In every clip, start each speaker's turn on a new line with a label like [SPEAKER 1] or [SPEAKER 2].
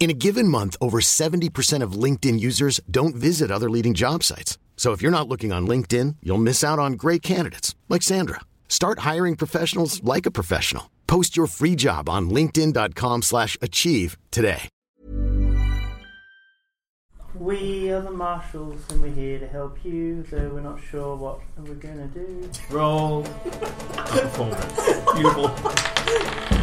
[SPEAKER 1] In a given month, over 70% of LinkedIn users don't visit other leading job sites. So if you're not looking on LinkedIn, you'll miss out on great candidates like Sandra. Start hiring professionals like a professional. Post your free job on linkedin.com/achieve slash achieve today.
[SPEAKER 2] We are the marshals and we're here to help you, though we're not sure what we're gonna do.
[SPEAKER 3] Roll performance. Beautiful.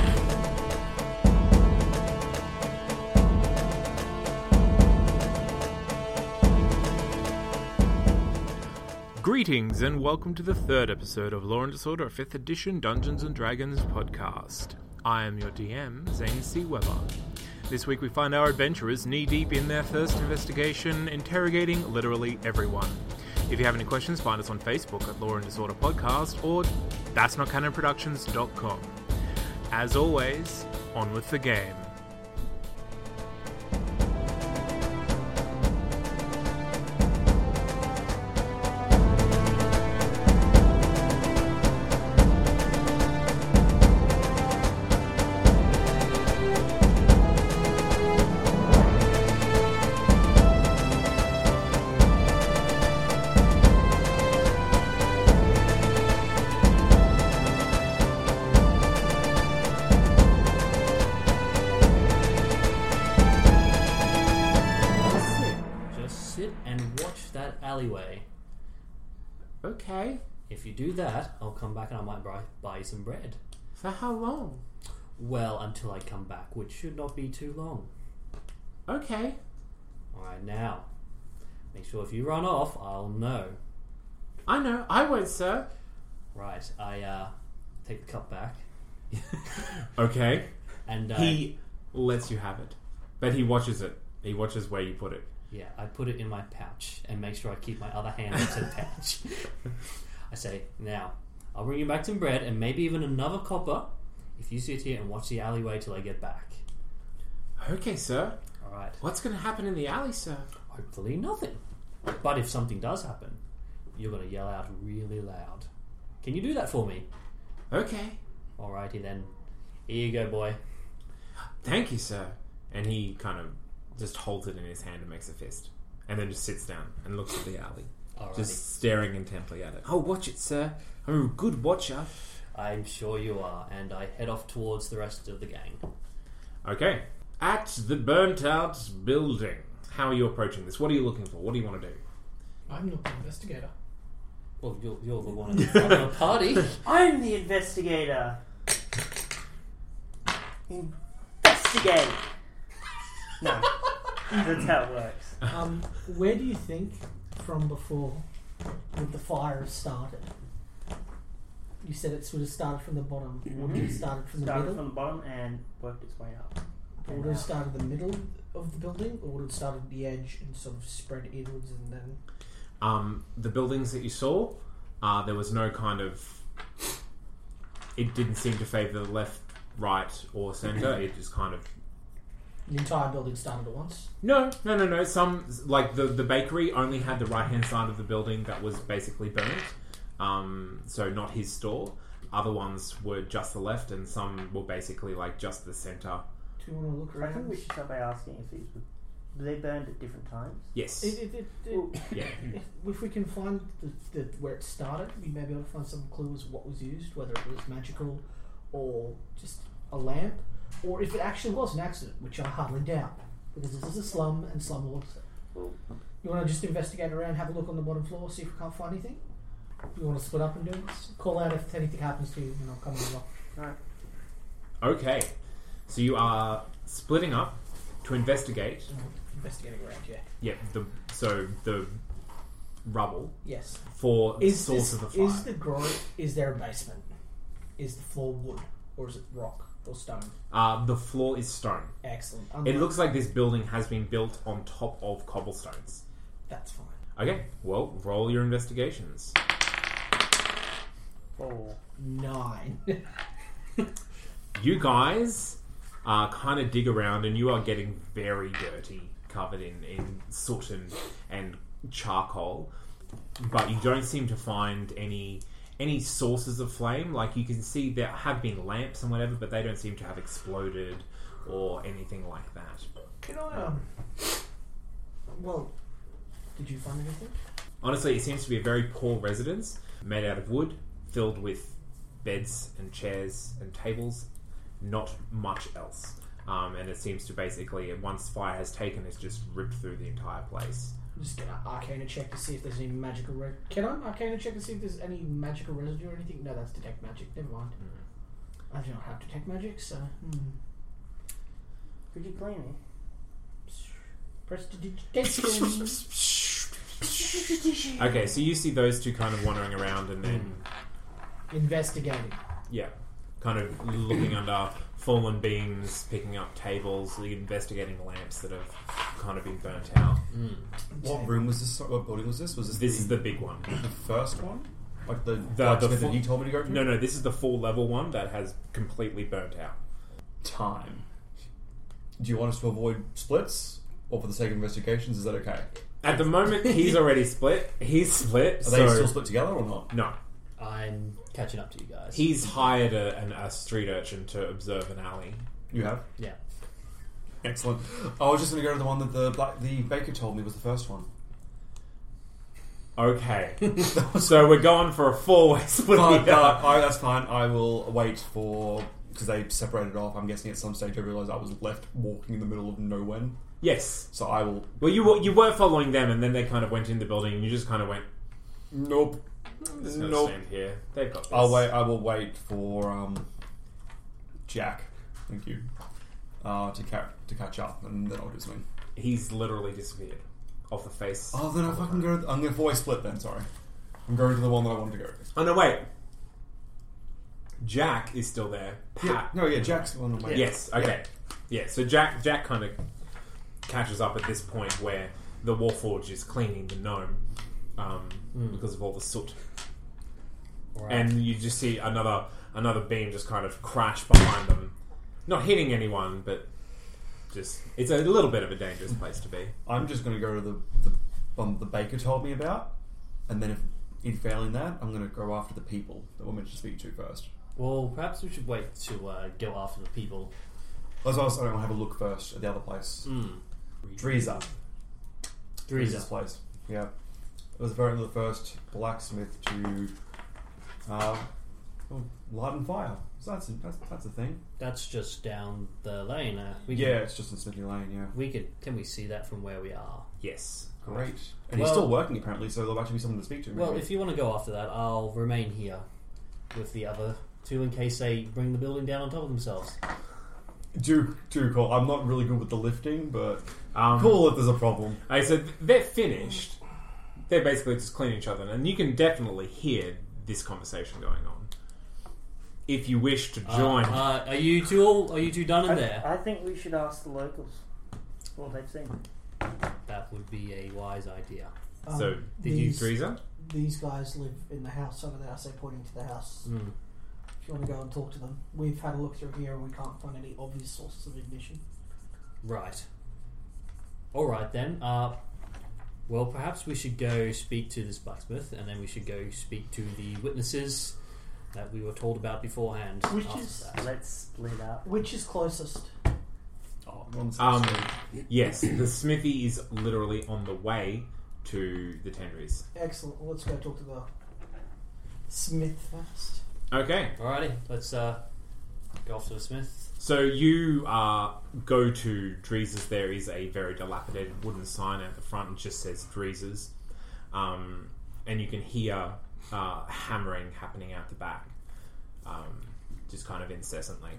[SPEAKER 3] Greetings and welcome to the third episode of Law and Disorder 5th Edition Dungeons and Dragons podcast. I am your DM, Zane C. Weber. This week we find our adventurers knee deep in their first investigation, interrogating literally everyone. If you have any questions, find us on Facebook at Law and Disorder Podcast or that's not canonproductions.com. As always, on with the game.
[SPEAKER 4] Just sit. Just sit and watch that alleyway.
[SPEAKER 3] Okay,
[SPEAKER 4] If you do that, I'll come back and I might buy, buy you some bread.
[SPEAKER 3] for how long?
[SPEAKER 4] Well, until I come back, which should not be too long.
[SPEAKER 3] Okay.
[SPEAKER 4] Alright, now. Make sure if you run off, I'll know.
[SPEAKER 3] I know, I won't, sir.
[SPEAKER 4] Right, I uh, take the cup back.
[SPEAKER 3] Okay.
[SPEAKER 4] And uh,
[SPEAKER 3] He lets you have it, but he watches it. He watches where you put it.
[SPEAKER 4] Yeah, I put it in my pouch and make sure I keep my other hand in the pouch. I say, now, I'll bring you back some bread and maybe even another copper if you sit here and watch the alleyway till I get back.
[SPEAKER 3] Okay, sir.
[SPEAKER 4] Alright.
[SPEAKER 3] What's going to happen in the alley, sir?
[SPEAKER 4] Hopefully nothing. But if something does happen, you're going to yell out really loud. Can you do that for me?
[SPEAKER 3] Okay.
[SPEAKER 4] Alrighty then. Here you go, boy.
[SPEAKER 3] Thank you, sir. And he kind of just holds it in his hand and makes a fist, and then just sits down and looks at the alley,
[SPEAKER 4] Alrighty.
[SPEAKER 3] just staring intently at it. Oh, watch it, sir. I'm a good watcher.
[SPEAKER 4] I'm sure you are, and I head off towards the rest of the gang.
[SPEAKER 3] Okay. At the burnt out building. How are you approaching this? What are you looking for? What do you want to do?
[SPEAKER 5] I'm not the investigator.
[SPEAKER 4] Well, you're, you're the one in the front of the party.
[SPEAKER 2] I'm the investigator. Investigate. No, that's how it works.
[SPEAKER 5] Um, where do you think from before would the fire have started? You said it sort of started from the bottom. Would it have started from the
[SPEAKER 2] Mm-hmm. Started
[SPEAKER 5] middle?
[SPEAKER 2] from the bottom and worked its way up. uh,
[SPEAKER 5] or would it have started the middle of the building? Or would it have started at the edge and sort of spread inwards and then.
[SPEAKER 3] um, the buildings that you saw, uh, there was no kind of. It didn't seem to favour the left, right, or centre. It just kind of.
[SPEAKER 5] The entire building started at once?
[SPEAKER 3] No, no, no, no. Some like the the bakery only had the right hand side of the building that was basically burnt. Um, so not his store. Other ones were just the left, and some were basically like just the centre.
[SPEAKER 5] Do you want to look
[SPEAKER 2] I think
[SPEAKER 5] around?
[SPEAKER 2] we
[SPEAKER 5] It,
[SPEAKER 2] should start by asking if these were. They burned at different times.
[SPEAKER 3] Yes.
[SPEAKER 5] it, it, it,
[SPEAKER 3] Yeah.
[SPEAKER 5] if, if we can find the, the, where it started, we may be able to find some clues what was used, whether it was magical or just a lamp, or if it actually was an accident, which I hardly doubt, because this is a slum and slum lords. You want to just investigate around, have a look on the bottom floor, see if we can't find anything? Do you want to split up and do this? Call out if anything happens to you, and I'll come over.
[SPEAKER 2] Right.
[SPEAKER 3] Okay. So you are splitting up to investigate.
[SPEAKER 5] Investigating around, yeah.
[SPEAKER 3] Yeah. The so the rubble.
[SPEAKER 5] Yes.
[SPEAKER 3] for the
[SPEAKER 5] Is
[SPEAKER 3] source
[SPEAKER 5] this,
[SPEAKER 3] of the fire.
[SPEAKER 5] is the grove? Is there a basement? Is the floor wood or is it rock? or stone?
[SPEAKER 3] Uh, the floor is stone.
[SPEAKER 5] Excellent.
[SPEAKER 3] It
[SPEAKER 5] Unlike-
[SPEAKER 3] looks like this building has been built on top of cobblestones.
[SPEAKER 5] That's fine.
[SPEAKER 3] Okay, well, roll your investigations.
[SPEAKER 2] Four.
[SPEAKER 5] Nine.
[SPEAKER 3] You guys uh, kind of dig around and you are getting very dirty, covered in, in soot and, and charcoal, but you don't seem to find any any sources of flame. Like you can see there have been lamps and whatever, but they don't seem to have exploded or anything like that.
[SPEAKER 5] Can I? Um, well, did you find anything?
[SPEAKER 3] Honestly, it seems to be a very poor residence, made out of wood, filled with beds and chairs and tables, not much else. Um, and it seems to basically, once fire has taken, it's just ripped through the entire place.
[SPEAKER 5] I'm just gonna arcana check to see if there's any magical. Re- Can I arcana check to see if there's any magical residue or anything? No, that's detect magic. Never mind.
[SPEAKER 3] Hmm.
[SPEAKER 5] I do not have detect magic, so hmm.
[SPEAKER 2] Pretty clean,
[SPEAKER 5] press digitation.
[SPEAKER 3] Okay, so you see those two kind of wandering around and then,
[SPEAKER 5] Investigating.
[SPEAKER 3] yeah, kind of looking under fallen beams, picking up tables, investigating lamps that have kind of been burnt out.
[SPEAKER 6] What room was this? What building was this? Was this,
[SPEAKER 3] This is the big one.
[SPEAKER 6] the first one? Like the
[SPEAKER 3] The-
[SPEAKER 6] like
[SPEAKER 3] the
[SPEAKER 6] that
[SPEAKER 3] full-
[SPEAKER 6] you told me to go through?
[SPEAKER 3] No, no, this is the four level one that has completely burnt out.
[SPEAKER 6] Time. Do you want us to avoid splits, or for the sake of investigations, is that okay?
[SPEAKER 3] At the moment, he's already split. He's split.
[SPEAKER 6] Are
[SPEAKER 3] so
[SPEAKER 6] they still split together or not?
[SPEAKER 3] No,
[SPEAKER 4] I'm catching up to you guys.
[SPEAKER 3] he's hired a, an, a street urchin to observe an alley.
[SPEAKER 6] You have.
[SPEAKER 4] yeah.
[SPEAKER 6] Excellent. I was just going to go to the one that the black, the baker told me was the first one.
[SPEAKER 3] Okay, so we're going for a four-way split.
[SPEAKER 6] Oh,
[SPEAKER 3] here.
[SPEAKER 6] no, I- that's fine. I will wait for because they separated off. I'm guessing at some stage I realised I was left walking in the middle of nowhere.
[SPEAKER 3] Yes.
[SPEAKER 6] So I will.
[SPEAKER 3] Well, you were, you were following them, and then they kind of went in the building, and you just kind of went.
[SPEAKER 6] Nope.
[SPEAKER 3] I'm just gonna
[SPEAKER 6] Nope.
[SPEAKER 3] stand here. They've got this.
[SPEAKER 6] I'll wait. I will wait for um, Jack. Thank you. Uh, to catch to catch up, and then I'll do something.
[SPEAKER 3] He's literally disappeared off the face.
[SPEAKER 6] Oh, then I
[SPEAKER 3] of the
[SPEAKER 6] fucking go. To the, I'm going to voice split then. Sorry, I'm going to the one that I wanted to go. to.
[SPEAKER 3] Oh no, wait. Jack is still there. Pat.
[SPEAKER 6] Yeah, no, yeah, Jack's the one. on my-
[SPEAKER 3] Yes. Okay. Yeah. So Jack Jack kind of catches up at this point where the Warforge is cleaning the gnome um, because of all the soot,
[SPEAKER 4] Hmm. Right.
[SPEAKER 3] and you just see another another beam just kind of crash behind them, not hitting anyone, but just it's a little bit of a dangerous place to be.
[SPEAKER 6] I'm just going to go to the the one the baker told me about, and then if in failing that, I'm going to go after the people that we're meant to speak to first.
[SPEAKER 4] well, perhaps we should wait to uh, go after the people.
[SPEAKER 6] As well as I don't want to have a look first at the other place. Dreeza. Dreeza's
[SPEAKER 4] Drizza.
[SPEAKER 6] place. Yeah. It was apparently the first blacksmith to uh, oh, light and fire. So that's, that's, that's a thing.
[SPEAKER 4] That's just down the lane. Uh, we
[SPEAKER 6] Yeah,
[SPEAKER 4] Can,
[SPEAKER 6] it's just in Smithy Lane, yeah.
[SPEAKER 4] we could. Can we see that from where we are?
[SPEAKER 3] Yes.
[SPEAKER 6] Great. And he's
[SPEAKER 4] Well-
[SPEAKER 6] still working apparently, so there'll actually be someone to speak to. Maybe.
[SPEAKER 4] Well, if you want to go after that, I'll remain here with the other two in case they bring the building down on top of themselves.
[SPEAKER 6] do, do call. I'm not really good with the lifting, but
[SPEAKER 3] Um,
[SPEAKER 6] call if there's a problem.
[SPEAKER 3] Okay, so th- they're finished. They're basically just cleaning each other, and you can definitely hear this conversation going on. If you wish to
[SPEAKER 4] Uh,
[SPEAKER 3] join,
[SPEAKER 4] Uh, are you two all? Are you two done in
[SPEAKER 2] eh?
[SPEAKER 4] there?
[SPEAKER 2] I, I think we should ask the locals what they've seen.
[SPEAKER 4] That would be a wise idea.
[SPEAKER 5] Um,
[SPEAKER 3] so
[SPEAKER 5] did you- these-
[SPEAKER 3] Teresa?
[SPEAKER 5] These guys live in the house over there. I say pointing to the house. If you want to go and talk to them, we've had a look through here and we can't find any obvious sources of ignition.
[SPEAKER 4] Right. All right then. Uh, well, perhaps we should go speak to this blacksmith, and then we should go speak to the witnesses that we were told about beforehand.
[SPEAKER 5] Which
[SPEAKER 4] after
[SPEAKER 5] is-
[SPEAKER 4] that.
[SPEAKER 2] Let's split up.
[SPEAKER 5] Which is closest?
[SPEAKER 6] oh,
[SPEAKER 3] Um, yes, the smithy is literally on the way to the tendries.
[SPEAKER 5] Excellent. Well, let's go talk to the Smith first.
[SPEAKER 3] Okay,
[SPEAKER 4] Alrighty, let's uh, go off to the smith.
[SPEAKER 3] so you uh, go to Dreeza's. There is a very dilapidated wooden sign out the front, and just says Dreeza's, um, and you can hear uh, hammering happening out the back, um, just kind of incessantly.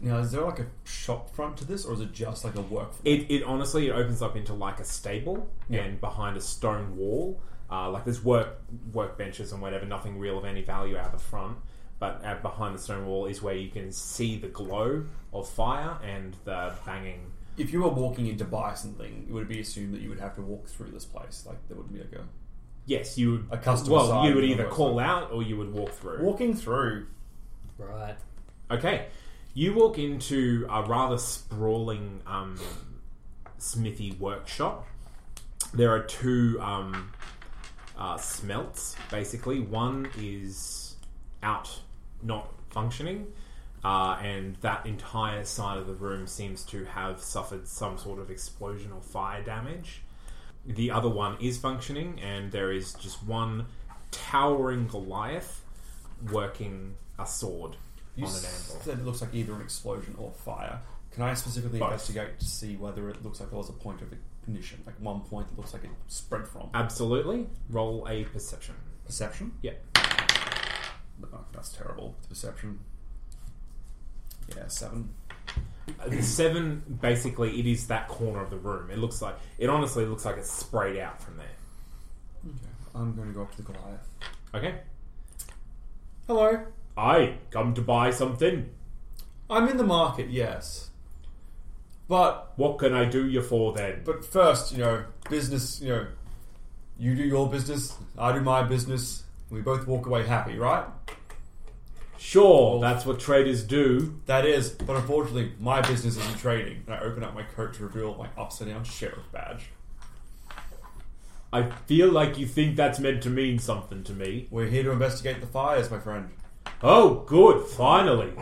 [SPEAKER 6] Now, is there like a shop front to this, or is it just like a work?
[SPEAKER 3] It, it honestly it opens up into like a stable and behind a stone wall. Uh, like there's work workbenches and whatever, nothing real of any value out the front. But uh, behind the stone wall is where you can see the glow of fire and the banging.
[SPEAKER 6] If you were walking into buy something, it would be assumed that you would have to walk through this place. Like there wouldn't be like a
[SPEAKER 3] Yes, you would.
[SPEAKER 6] A customer
[SPEAKER 3] Well,
[SPEAKER 6] sign
[SPEAKER 3] you would
[SPEAKER 6] on the
[SPEAKER 3] either
[SPEAKER 6] website.
[SPEAKER 3] call out or you would walk through.
[SPEAKER 6] walking through.
[SPEAKER 4] Right.
[SPEAKER 3] Okay, you walk into a rather sprawling um, smithy workshop. There are two um, uh, smelts, basically. One is out, not functioning, uh, and that entire side of the room seems to have suffered some sort of explosion or fire damage. The other one is functioning, and there is just one towering Goliath working a sword
[SPEAKER 6] You
[SPEAKER 3] on an anvil.
[SPEAKER 6] said it looks like either an explosion or fire. Can I specifically
[SPEAKER 3] Both.
[SPEAKER 6] investigate to see whether it looks like there was a point of ignition, like one point that looks like it spread from?
[SPEAKER 3] Absolutely. Roll a perception.
[SPEAKER 6] Perception.
[SPEAKER 3] Yeah.
[SPEAKER 6] Oh, that's terrible. Perception. Yeah, seven.
[SPEAKER 3] Uh, The seven, basically, it is that corner of the room. It looks like, it honestly looks like it's sprayed out from there.
[SPEAKER 6] Okay, I'm going to go up to the Goliath.
[SPEAKER 3] Okay.
[SPEAKER 6] Hello.
[SPEAKER 3] I come to buy something.
[SPEAKER 6] I'm in the market, yes. But
[SPEAKER 3] What can I do you for then?
[SPEAKER 6] but first, you know, business. You know, you do your business, I do my business. We both walk away happy, right?
[SPEAKER 3] sure, that's what traders do.
[SPEAKER 6] That is, but unfortunately, my business isn't trading. And I open up my coat to reveal my upside down sheriff badge.
[SPEAKER 3] I feel like you think that's meant to mean something to me.
[SPEAKER 6] We're here to investigate the fires, my friend.
[SPEAKER 3] Oh, good, finally.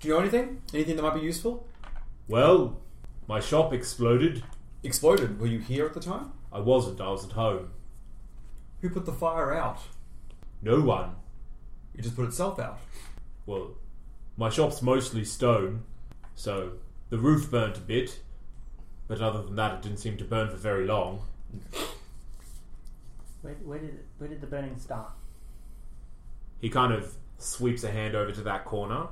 [SPEAKER 6] Do you know anything? Anything that might be useful?
[SPEAKER 3] Well, my shop exploded.
[SPEAKER 6] Exploded. Were you here at the time?
[SPEAKER 3] I wasn't, I was at home.
[SPEAKER 6] Who put the fire out?
[SPEAKER 3] No one.
[SPEAKER 6] It just put itself out.
[SPEAKER 3] Well, my shop's mostly stone, so the roof burnt a bit, but other than that, it didn't seem to burn for very long.
[SPEAKER 2] Where, where did it- where did the burning start?
[SPEAKER 3] He kind of sweeps a hand over to that corner.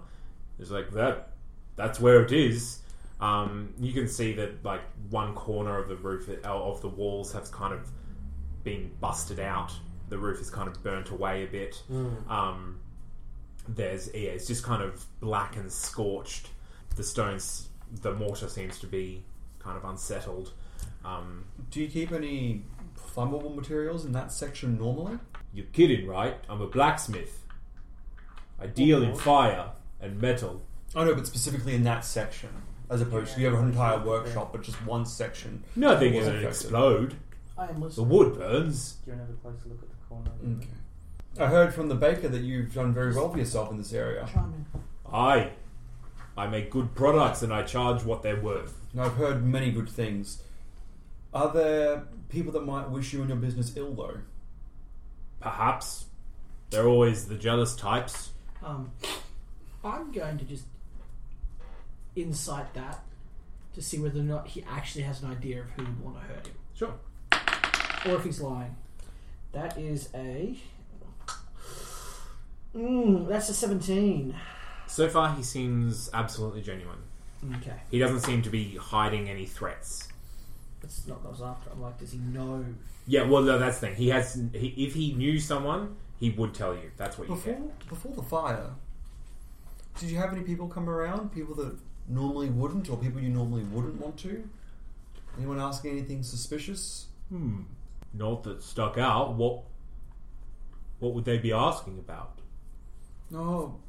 [SPEAKER 3] It's like that. That's where it is. Um, you can see that like one corner of the roof uh, of the walls has kind of been busted out. The roof is kind of burnt away a bit. Um, there's yeah, it's just kind of black and scorched. The stones, the mortar seems to be kind of unsettled. Um,
[SPEAKER 6] Do you keep any flammable materials in that section normally?
[SPEAKER 3] You're kidding, right? I'm a blacksmith. I deal in fire and metal.
[SPEAKER 6] I know, Oh, but specifically in that section, as opposed to you have an entire workshop, but just one section.
[SPEAKER 3] Nothing
[SPEAKER 6] was
[SPEAKER 3] is going to
[SPEAKER 6] affected.
[SPEAKER 3] explode.
[SPEAKER 5] I am
[SPEAKER 3] The
[SPEAKER 5] listening.
[SPEAKER 3] wood burns.
[SPEAKER 2] Do you want to have a closer look at the corner? of the room?
[SPEAKER 6] Okay. I heard from the baker that you've done very well for yourself in this area.
[SPEAKER 5] Chime in.
[SPEAKER 3] I, I make good products and I charge what they're worth.
[SPEAKER 6] And I've heard many good things. Are there people that might wish you and your business ill, though?
[SPEAKER 3] Perhaps they're always the jealous types.
[SPEAKER 5] Um, I'm going to just incite that to see whether or not he actually has an idea of who would want to hurt him,
[SPEAKER 3] Sure.
[SPEAKER 5] or if he's lying. That is a. Mm, that's a 17.
[SPEAKER 3] So far, he seems absolutely genuine.
[SPEAKER 5] Okay,
[SPEAKER 3] He doesn't seem to be hiding any threats.
[SPEAKER 5] that's not what I was after. I'm like, does he know?
[SPEAKER 3] Yeah, well, no, that's the thing. He has. He, if he knew someone, he would tell you. That's what you
[SPEAKER 6] Before,
[SPEAKER 3] get.
[SPEAKER 6] before the fire, did you have any people come around? People that normally wouldn't, or people you normally wouldn't want to? Anyone asking anything suspicious?
[SPEAKER 3] Not that stuck out. What? What would they be asking about?
[SPEAKER 6] No.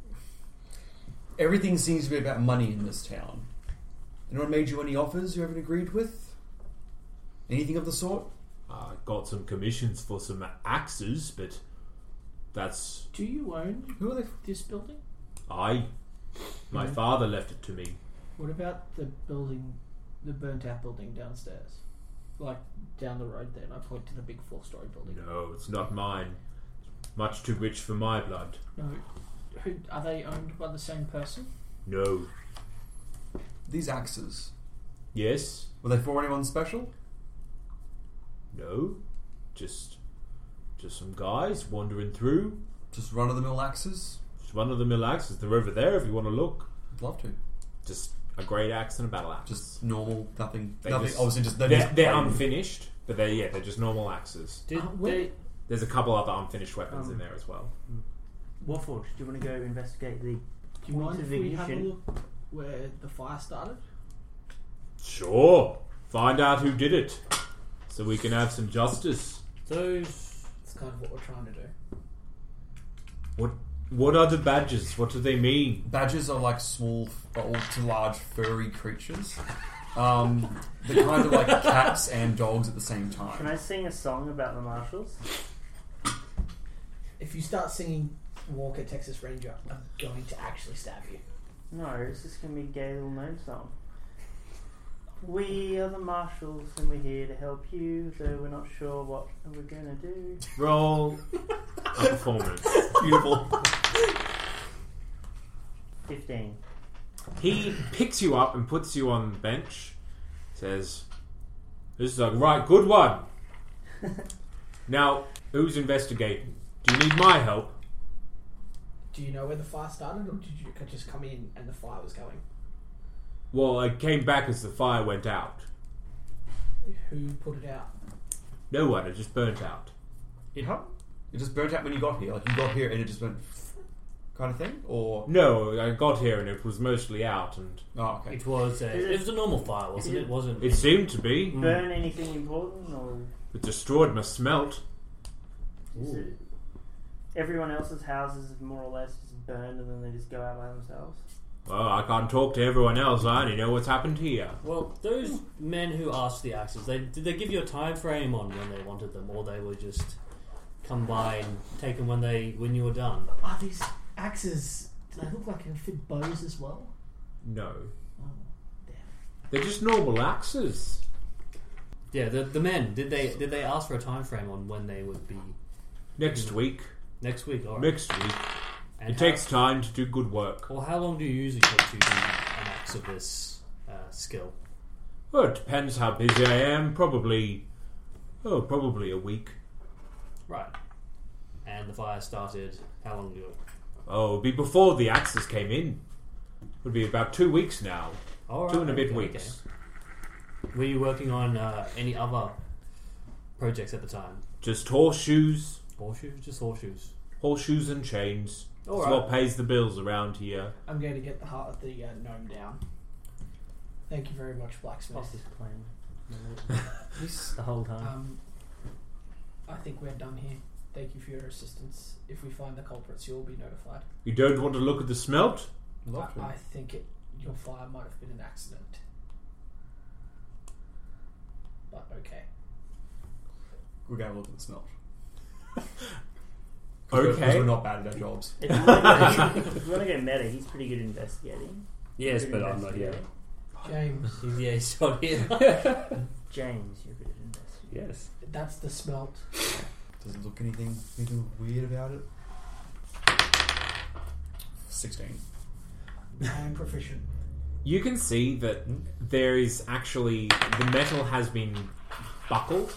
[SPEAKER 6] Everything seems to be about money in this town. Anyone made you any offers you haven't agreed with? Anything of the sort?
[SPEAKER 3] I Uh, got some commissions for some axes, but that's
[SPEAKER 5] Do you own
[SPEAKER 6] Who are they?
[SPEAKER 5] this building?
[SPEAKER 3] I. My
[SPEAKER 6] Mm-hmm.
[SPEAKER 3] father left it to me.
[SPEAKER 5] What about the building, the burnt out building downstairs? Like down the road there, and I point to the big four story building.
[SPEAKER 3] No, it's not mine. Much too rich for my blood.
[SPEAKER 5] No. Who, are they owned by the same person?
[SPEAKER 3] No.
[SPEAKER 6] These axes.
[SPEAKER 3] Yes.
[SPEAKER 6] Were they for anyone special?
[SPEAKER 3] No. Just, just some guys wandering through.
[SPEAKER 6] Just run of the mill axes?
[SPEAKER 3] Just one of the mill axes. They're over there if you want to look.
[SPEAKER 6] I'd love to.
[SPEAKER 3] Just a great axe and a battle axe.
[SPEAKER 6] Just normal, nothing.
[SPEAKER 3] They
[SPEAKER 6] nothing.
[SPEAKER 3] just-
[SPEAKER 6] obviously, just
[SPEAKER 3] they're,
[SPEAKER 6] they're,
[SPEAKER 3] they're,
[SPEAKER 6] just plain.
[SPEAKER 3] unfinished, but they're yeah, they're just normal axes.
[SPEAKER 4] Did
[SPEAKER 5] Uh,
[SPEAKER 4] they,
[SPEAKER 5] wait.
[SPEAKER 6] Oh.
[SPEAKER 3] There's a couple other unfinished weapons in there as well.
[SPEAKER 2] Warforged, do you want to go investigate the
[SPEAKER 5] Do you mind
[SPEAKER 2] point
[SPEAKER 5] if
[SPEAKER 2] of
[SPEAKER 5] we have a
[SPEAKER 2] ignition?
[SPEAKER 5] look where the fire started?
[SPEAKER 3] Sure. Find out who did it. So we can have some justice.
[SPEAKER 4] Those.
[SPEAKER 5] That's kind of what we're trying to do.
[SPEAKER 3] What what are the badges? What do they mean?
[SPEAKER 6] Badgers are like small f- or to large furry creatures. Um, they're kind of like cats and dogs at the same
[SPEAKER 2] Can
[SPEAKER 6] time.
[SPEAKER 2] I sing a song about the marshals?
[SPEAKER 5] If you start singing Walker Texas Ranger, I'm going to actually stab you.
[SPEAKER 2] No, it's just gonna be gay little gnome song. We are the marshals and we're here to help you, though we're not sure what we're gonna do.
[SPEAKER 3] Roll a performance.
[SPEAKER 6] Beautiful.
[SPEAKER 2] Fifteen.
[SPEAKER 3] He picks you up and puts you on the bench. Says, "This is a right good one." now, who's investigating? Do you need my help?
[SPEAKER 5] Do you know where the fire started, or did you c- just come in and the fire was going?
[SPEAKER 3] Well, I came back as the fire went out.
[SPEAKER 5] Who put it out?
[SPEAKER 3] No one. It just burnt out.
[SPEAKER 4] It,
[SPEAKER 6] It just burnt out when you got here. Like you got here and it just went kind of thing? Or.
[SPEAKER 3] No, I got here and it was mostly out, and
[SPEAKER 6] Oh, okay.
[SPEAKER 4] it was a. It was a normal fire, wasn't it? It wasn't.
[SPEAKER 3] it seemed to
[SPEAKER 4] Hmm.
[SPEAKER 3] be.
[SPEAKER 2] Burn anything important or
[SPEAKER 3] It destroyed my smelt.
[SPEAKER 2] is it everyone else's houses is more or less just burned and then they just go out by themselves?
[SPEAKER 3] Well, I can't talk to everyone else. I only know what's happened here.
[SPEAKER 4] Well, those men who asked the axes, they did they give you a time frame on when they wanted them, or they were just come by and take them when they when you were done?
[SPEAKER 5] Are Ah, these axes? Do they look like they fit bows as well?
[SPEAKER 3] No,
[SPEAKER 5] Oh, damn.
[SPEAKER 3] they're just normal axes.
[SPEAKER 4] Yeah, the, the men did they did they ask for a time frame on when they would be
[SPEAKER 3] Next week,
[SPEAKER 4] next week? All right.
[SPEAKER 3] next week.
[SPEAKER 4] and
[SPEAKER 3] It
[SPEAKER 4] Hmm. how-
[SPEAKER 3] takes time to do good work.
[SPEAKER 4] Well, how long do you usually take to do an axe of this uh, skill?
[SPEAKER 3] Well, it depends how busy I am. Probably, oh, probably a week.
[SPEAKER 4] Right. And the fire started how long ago?
[SPEAKER 3] Oh, it'd be before the axes came in. It would be about two weeks now.
[SPEAKER 4] All
[SPEAKER 3] Two and a
[SPEAKER 4] right,
[SPEAKER 3] bit
[SPEAKER 4] okay,
[SPEAKER 3] weeks.
[SPEAKER 4] okay. Were you working on uh, any other projects at the time?
[SPEAKER 3] Just horseshoes,
[SPEAKER 4] Horseshoes, just horseshoes.
[SPEAKER 3] horseshoes and chains.
[SPEAKER 4] All
[SPEAKER 3] It's
[SPEAKER 4] right.
[SPEAKER 3] what pays the bills around here.
[SPEAKER 5] I'm going to get the heart of the uh, gnome down. Thank you very much,
[SPEAKER 2] Off
[SPEAKER 5] blacksmith.
[SPEAKER 2] this plane. the whole time.
[SPEAKER 5] Um, I think we're done here. Thank you for your assistance. If we find the culprits, you'll be notified.
[SPEAKER 3] You don't want to look at the smelt?
[SPEAKER 6] Lovely.
[SPEAKER 5] I, I think it, your fire might have been an accident. But okay.
[SPEAKER 6] We're going to look at the smelt. 'Cause we're- 'cause
[SPEAKER 3] Okay.
[SPEAKER 6] we're not bad at our jobs.
[SPEAKER 2] If you, want to go, if you want to go meta, he's pretty good at investigating.
[SPEAKER 4] Yes,
[SPEAKER 2] Good
[SPEAKER 4] but I'm not here.
[SPEAKER 2] investigator.
[SPEAKER 5] James,
[SPEAKER 4] Yeah, he's not here.
[SPEAKER 2] James, you're good at investigating.
[SPEAKER 4] yes.
[SPEAKER 5] that's the smelt.
[SPEAKER 6] Does it look anything, anything weird about it? 16.
[SPEAKER 5] I am proficient.
[SPEAKER 3] You can see that there is actually the metal has been buckled.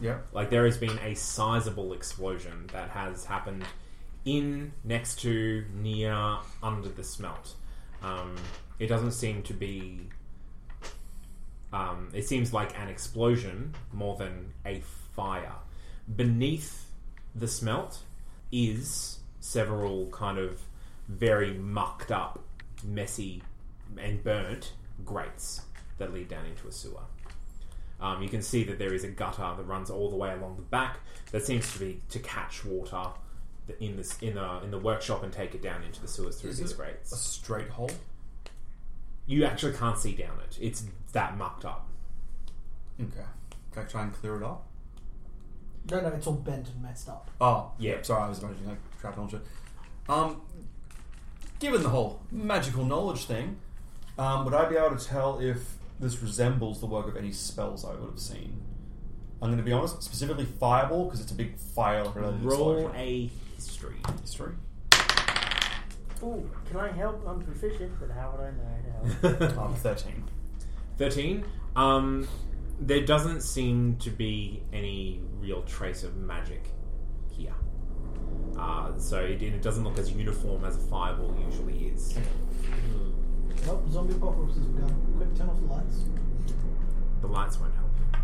[SPEAKER 6] Yeah.
[SPEAKER 3] Like there has been a sizable explosion that has happened in, next to, near, under the smelt. Um, it doesn't seem to be. Um, it seems like an explosion more than a fire. Beneath the smelt is several kind of very mucked up, messy, and burnt grates that lead down into a sewer. Um, you can see that there is a gutter that runs all the way along the back that seems to be to catch water th- in this in the in the workshop and take it down into the sewers through
[SPEAKER 6] Is
[SPEAKER 3] these
[SPEAKER 6] this- A
[SPEAKER 3] grates.
[SPEAKER 6] straight hole?
[SPEAKER 3] You actually can't see down it. It's that mucked up.
[SPEAKER 6] Okay. Can I try and clear it up?
[SPEAKER 5] No, no, it's all bent and messed up.
[SPEAKER 6] Oh,
[SPEAKER 3] Yeah.
[SPEAKER 6] Sorry, I was imagining like trap and all shit. Um, given the whole magical knowledge thing, um, would I be able to tell if this resembles the work of any spells I would have seen? I'm going to be honest, specifically fireball because it's a big fire-related
[SPEAKER 3] Roll
[SPEAKER 6] explosion.
[SPEAKER 3] a history.
[SPEAKER 6] history.
[SPEAKER 2] Ooh, can I help? I'm proficient, but how would I know to help?
[SPEAKER 6] Um, Thirteen.
[SPEAKER 3] 13. Um, there doesn't seem to be any real trace of magic here. Uh, so it, it doesn't look as uniform as a fireball usually is.
[SPEAKER 5] Well, zombie apocalypse is begun. Quick, turn off the lights.
[SPEAKER 3] The lights won't help.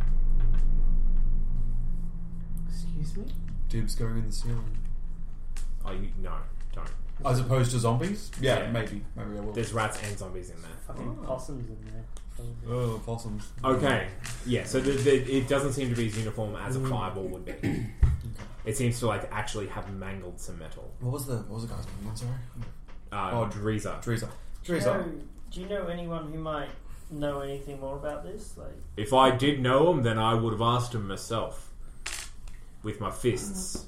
[SPEAKER 5] Excuse me?
[SPEAKER 6] Dibs going in the ceiling.
[SPEAKER 3] Oh, you no. don't.
[SPEAKER 6] As opposed to zombies? Yeah,
[SPEAKER 3] Yeah.
[SPEAKER 6] maybe. Maybe I will.
[SPEAKER 3] There's rats and zombies in there.
[SPEAKER 2] Fucking possums in there.
[SPEAKER 6] oh, possums.
[SPEAKER 3] Okay, yeah. So the, the, it doesn't seem to be as uniform as a fireball would be. It seems to like actually have mangled some metal.
[SPEAKER 6] What was the what was the guy's name? again, Sorry,
[SPEAKER 3] Uh,
[SPEAKER 6] Oh,
[SPEAKER 3] Driza.
[SPEAKER 6] Teresa.
[SPEAKER 2] Do you,
[SPEAKER 6] Teresa.
[SPEAKER 2] know, do you know anyone who might know anything more about this? Like,
[SPEAKER 3] If I did know him, then I would have asked him myself with my fists.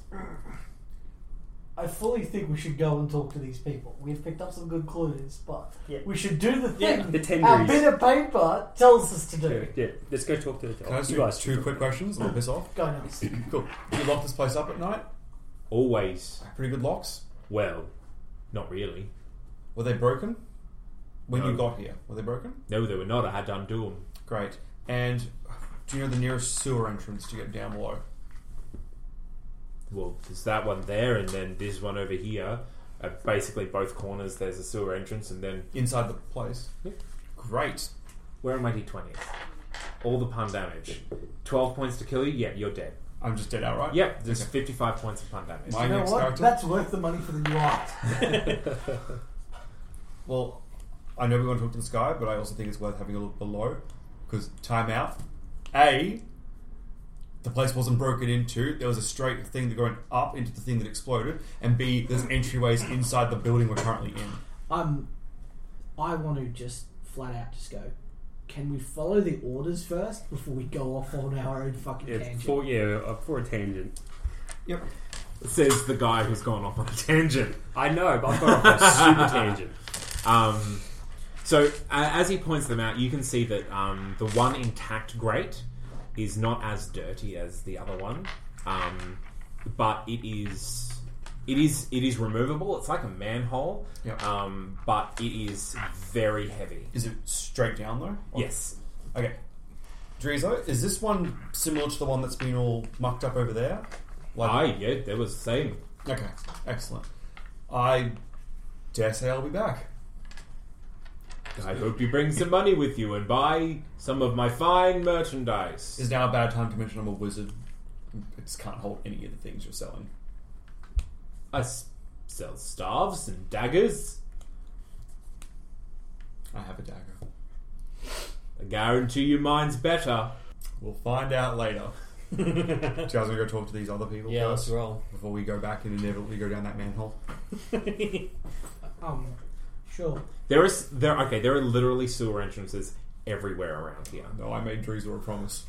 [SPEAKER 5] I fully think we should go and talk to these people. We've picked up some good clues, but
[SPEAKER 2] Yeah.
[SPEAKER 5] we should do the
[SPEAKER 7] Yeah,
[SPEAKER 5] thing
[SPEAKER 7] the
[SPEAKER 5] our
[SPEAKER 7] tenderies.
[SPEAKER 5] bit of paper tells us to do.
[SPEAKER 7] Yeah, yeah, let's go talk to the
[SPEAKER 6] Can I ask
[SPEAKER 7] you
[SPEAKER 6] you
[SPEAKER 7] guys.
[SPEAKER 6] two quick questions? I'll piss off.
[SPEAKER 5] Go nuts.
[SPEAKER 6] Cool. Do you lock this place up at night?
[SPEAKER 3] Always.
[SPEAKER 6] Pretty good locks.
[SPEAKER 3] Well, not really.
[SPEAKER 6] Were they broken? When you
[SPEAKER 3] No.
[SPEAKER 6] got here, were they broken?
[SPEAKER 3] No, they were not. I had to undo them.
[SPEAKER 6] Great. And do you know the nearest sewer entrance to get down below?
[SPEAKER 3] Well, there's that one there, and then this one over here. Uh, basically, both corners, there's a sewer entrance, and then
[SPEAKER 6] Inside the place. Great.
[SPEAKER 3] where are my d20s? All the pun damage. 12 points to kill you? Yep, you're dead.
[SPEAKER 6] I'm just dead outright.
[SPEAKER 3] Yep, there's 55 points of pun damage.
[SPEAKER 6] My
[SPEAKER 5] You know
[SPEAKER 6] next
[SPEAKER 5] what?
[SPEAKER 6] character.
[SPEAKER 5] That's worth the money for the new art.
[SPEAKER 6] Well, I know we want to talk to this guy, but I also think it's worth having a look below because time out. A, the place wasn't broken into. There was a straight thing that going up into the thing that exploded, and B, there's entryways inside the building we're currently in.
[SPEAKER 5] I'm. Um, I want to just flat out just go. Can we follow the orders first before we go off on our own fucking
[SPEAKER 7] Yeah,
[SPEAKER 5] tangent?
[SPEAKER 7] for, yeah, uh, for a tangent.
[SPEAKER 6] Yep.
[SPEAKER 3] Says the guy who's gone off on a tangent.
[SPEAKER 7] I know, but I've got off a super tangent.
[SPEAKER 3] Um, so, uh, as he points them out, you can see that um, the one intact grate is not as dirty as the other one, um, but it is it is it is removable. It's like a manhole,
[SPEAKER 6] Yep.
[SPEAKER 3] um, but it is very heavy.
[SPEAKER 6] Is it straight down though? Or-
[SPEAKER 3] Yes,
[SPEAKER 6] Okay. Drizo, is this one similar to the one that's been all mucked up over there? Like,
[SPEAKER 3] aye, yeah, there was the same.
[SPEAKER 6] Okay, excellent. I dare say I'll be back.
[SPEAKER 3] I hope you bring some money with you and buy some of my fine merchandise.
[SPEAKER 6] Is now a bad time to mention I'm a wizard. I just can't hold any of the things you're selling.
[SPEAKER 3] I s- sell staves and daggers.
[SPEAKER 6] I have a dagger.
[SPEAKER 3] I guarantee you mine's better.
[SPEAKER 6] We'll find out later. Do you guys want to go talk to these other people
[SPEAKER 4] Yeah, let's
[SPEAKER 6] first
[SPEAKER 4] roll.
[SPEAKER 6] before we go back and inevitably go down that manhole?
[SPEAKER 5] Um, sure.
[SPEAKER 3] There is there okay. There are literally sewer entrances everywhere around here.
[SPEAKER 6] No, I made Drizzle a promise.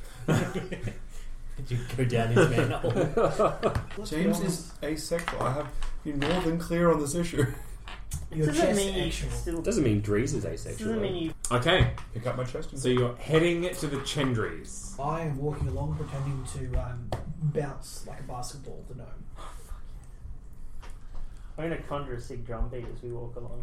[SPEAKER 4] You go down his manhole.
[SPEAKER 5] Let's be
[SPEAKER 6] James
[SPEAKER 5] honest.
[SPEAKER 6] is asexual. I have been more than clear on this issue.
[SPEAKER 5] your
[SPEAKER 2] doesn't
[SPEAKER 5] chest
[SPEAKER 2] mean you
[SPEAKER 5] actual.
[SPEAKER 2] still
[SPEAKER 7] Doesn't mean Drees is
[SPEAKER 2] doesn't
[SPEAKER 7] asexual.
[SPEAKER 2] mean
[SPEAKER 7] though.
[SPEAKER 2] you
[SPEAKER 3] Okay,
[SPEAKER 6] Pick up my chest and
[SPEAKER 3] so you're heading to the Chendries.
[SPEAKER 5] I am walking along pretending to um, bounce like a basketball the gnome.
[SPEAKER 2] I'm gonna conjure a sick drum beat as we walk along.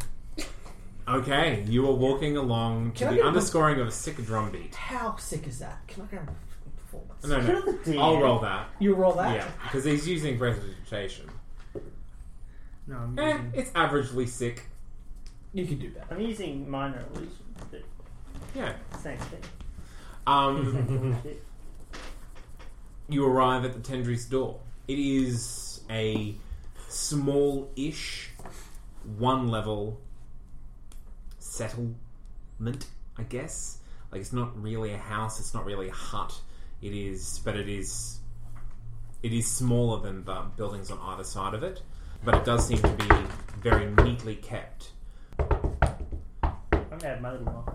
[SPEAKER 3] Okay, you are walking along to
[SPEAKER 5] Can I
[SPEAKER 3] the
[SPEAKER 5] get a-
[SPEAKER 3] underscoring of a sick drum beat.
[SPEAKER 5] How sick is that? Can I get a fucking performance?
[SPEAKER 3] No, no,
[SPEAKER 2] Good
[SPEAKER 3] I'll
[SPEAKER 2] idea.
[SPEAKER 3] roll that.
[SPEAKER 5] You roll that?
[SPEAKER 3] Yeah, because he's using presentation.
[SPEAKER 5] No, I'm
[SPEAKER 3] Eh,
[SPEAKER 5] using,
[SPEAKER 3] it's averagely sick.
[SPEAKER 5] you can do better.
[SPEAKER 2] I'm using minor illusion, but
[SPEAKER 3] Yeah.
[SPEAKER 2] same thing.
[SPEAKER 3] Um, you arrive at the Tendry's door. It is a small-ish, one-level settlement, I guess. Like it's not really a house. It's not really a hut. It is, but it is. It is smaller than the buildings on either side of it, but it does seem to be very neatly kept.
[SPEAKER 2] I'm gonna have my little one.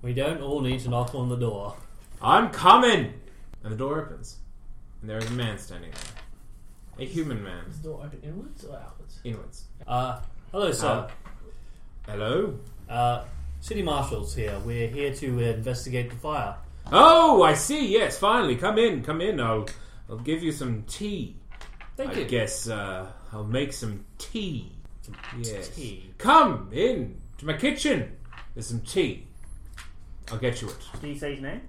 [SPEAKER 4] we don't all need to knock on the door.
[SPEAKER 3] I'm coming! And the door opens, and there is a man standing there, a human man,
[SPEAKER 5] Is the door open inwards or outwards?
[SPEAKER 3] inwards.
[SPEAKER 4] Uh, hello, sir.
[SPEAKER 3] Hello?
[SPEAKER 4] Uh, City Marshal's here. We're here to uh, investigate the fire.
[SPEAKER 3] Oh, I see. Yes, finally. Come in. Come in. I'll, I'll give you some tea.
[SPEAKER 4] Thank
[SPEAKER 3] I
[SPEAKER 4] you.
[SPEAKER 3] guess uh, I'll make some tea. Yes.
[SPEAKER 4] tea.
[SPEAKER 3] Come in to my kitchen. There's some tea. I'll get you it.
[SPEAKER 2] Do you say his name?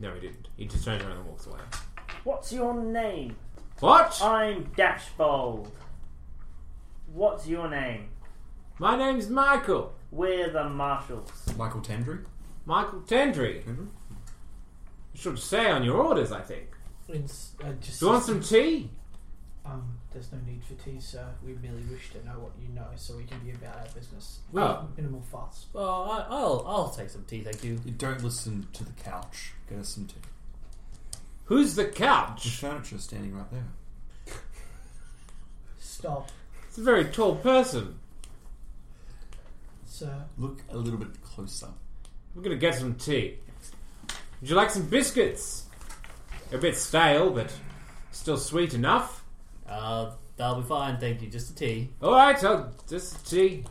[SPEAKER 3] No, he didn't. He just turns around and walks away.
[SPEAKER 2] What's your name?
[SPEAKER 3] What?
[SPEAKER 2] I'm Dashbold. What's your name?
[SPEAKER 3] my name's Michael.
[SPEAKER 2] We're the Marshals.
[SPEAKER 6] Michael Tendry.
[SPEAKER 3] Michael Tendry.
[SPEAKER 4] Mm-hmm.
[SPEAKER 6] Tendry?
[SPEAKER 3] Should say on your orders, I think.
[SPEAKER 5] It's, uh, just
[SPEAKER 3] Do you want some tea?
[SPEAKER 5] Um, there's no need for tea, sir. We merely wish to know what you know so we can be about our business.
[SPEAKER 4] We-
[SPEAKER 5] Uh, minimal fuss.
[SPEAKER 4] Well, I, I'll I'll take some tea, thank you.
[SPEAKER 6] You don't listen to the couch. Get us some tea.
[SPEAKER 3] Who's the
[SPEAKER 6] The
[SPEAKER 3] couch?
[SPEAKER 6] furniture standing right there.
[SPEAKER 5] Stop,
[SPEAKER 3] It's a very tall person.
[SPEAKER 5] sir.
[SPEAKER 6] Look a little bit closer.
[SPEAKER 3] We're gonna get some tea. Would you like some biscuits? They're a bit stale, but still sweet enough.
[SPEAKER 4] Uh, that'll be fine, thank you. Just a tea.
[SPEAKER 3] All right, I'll just tea.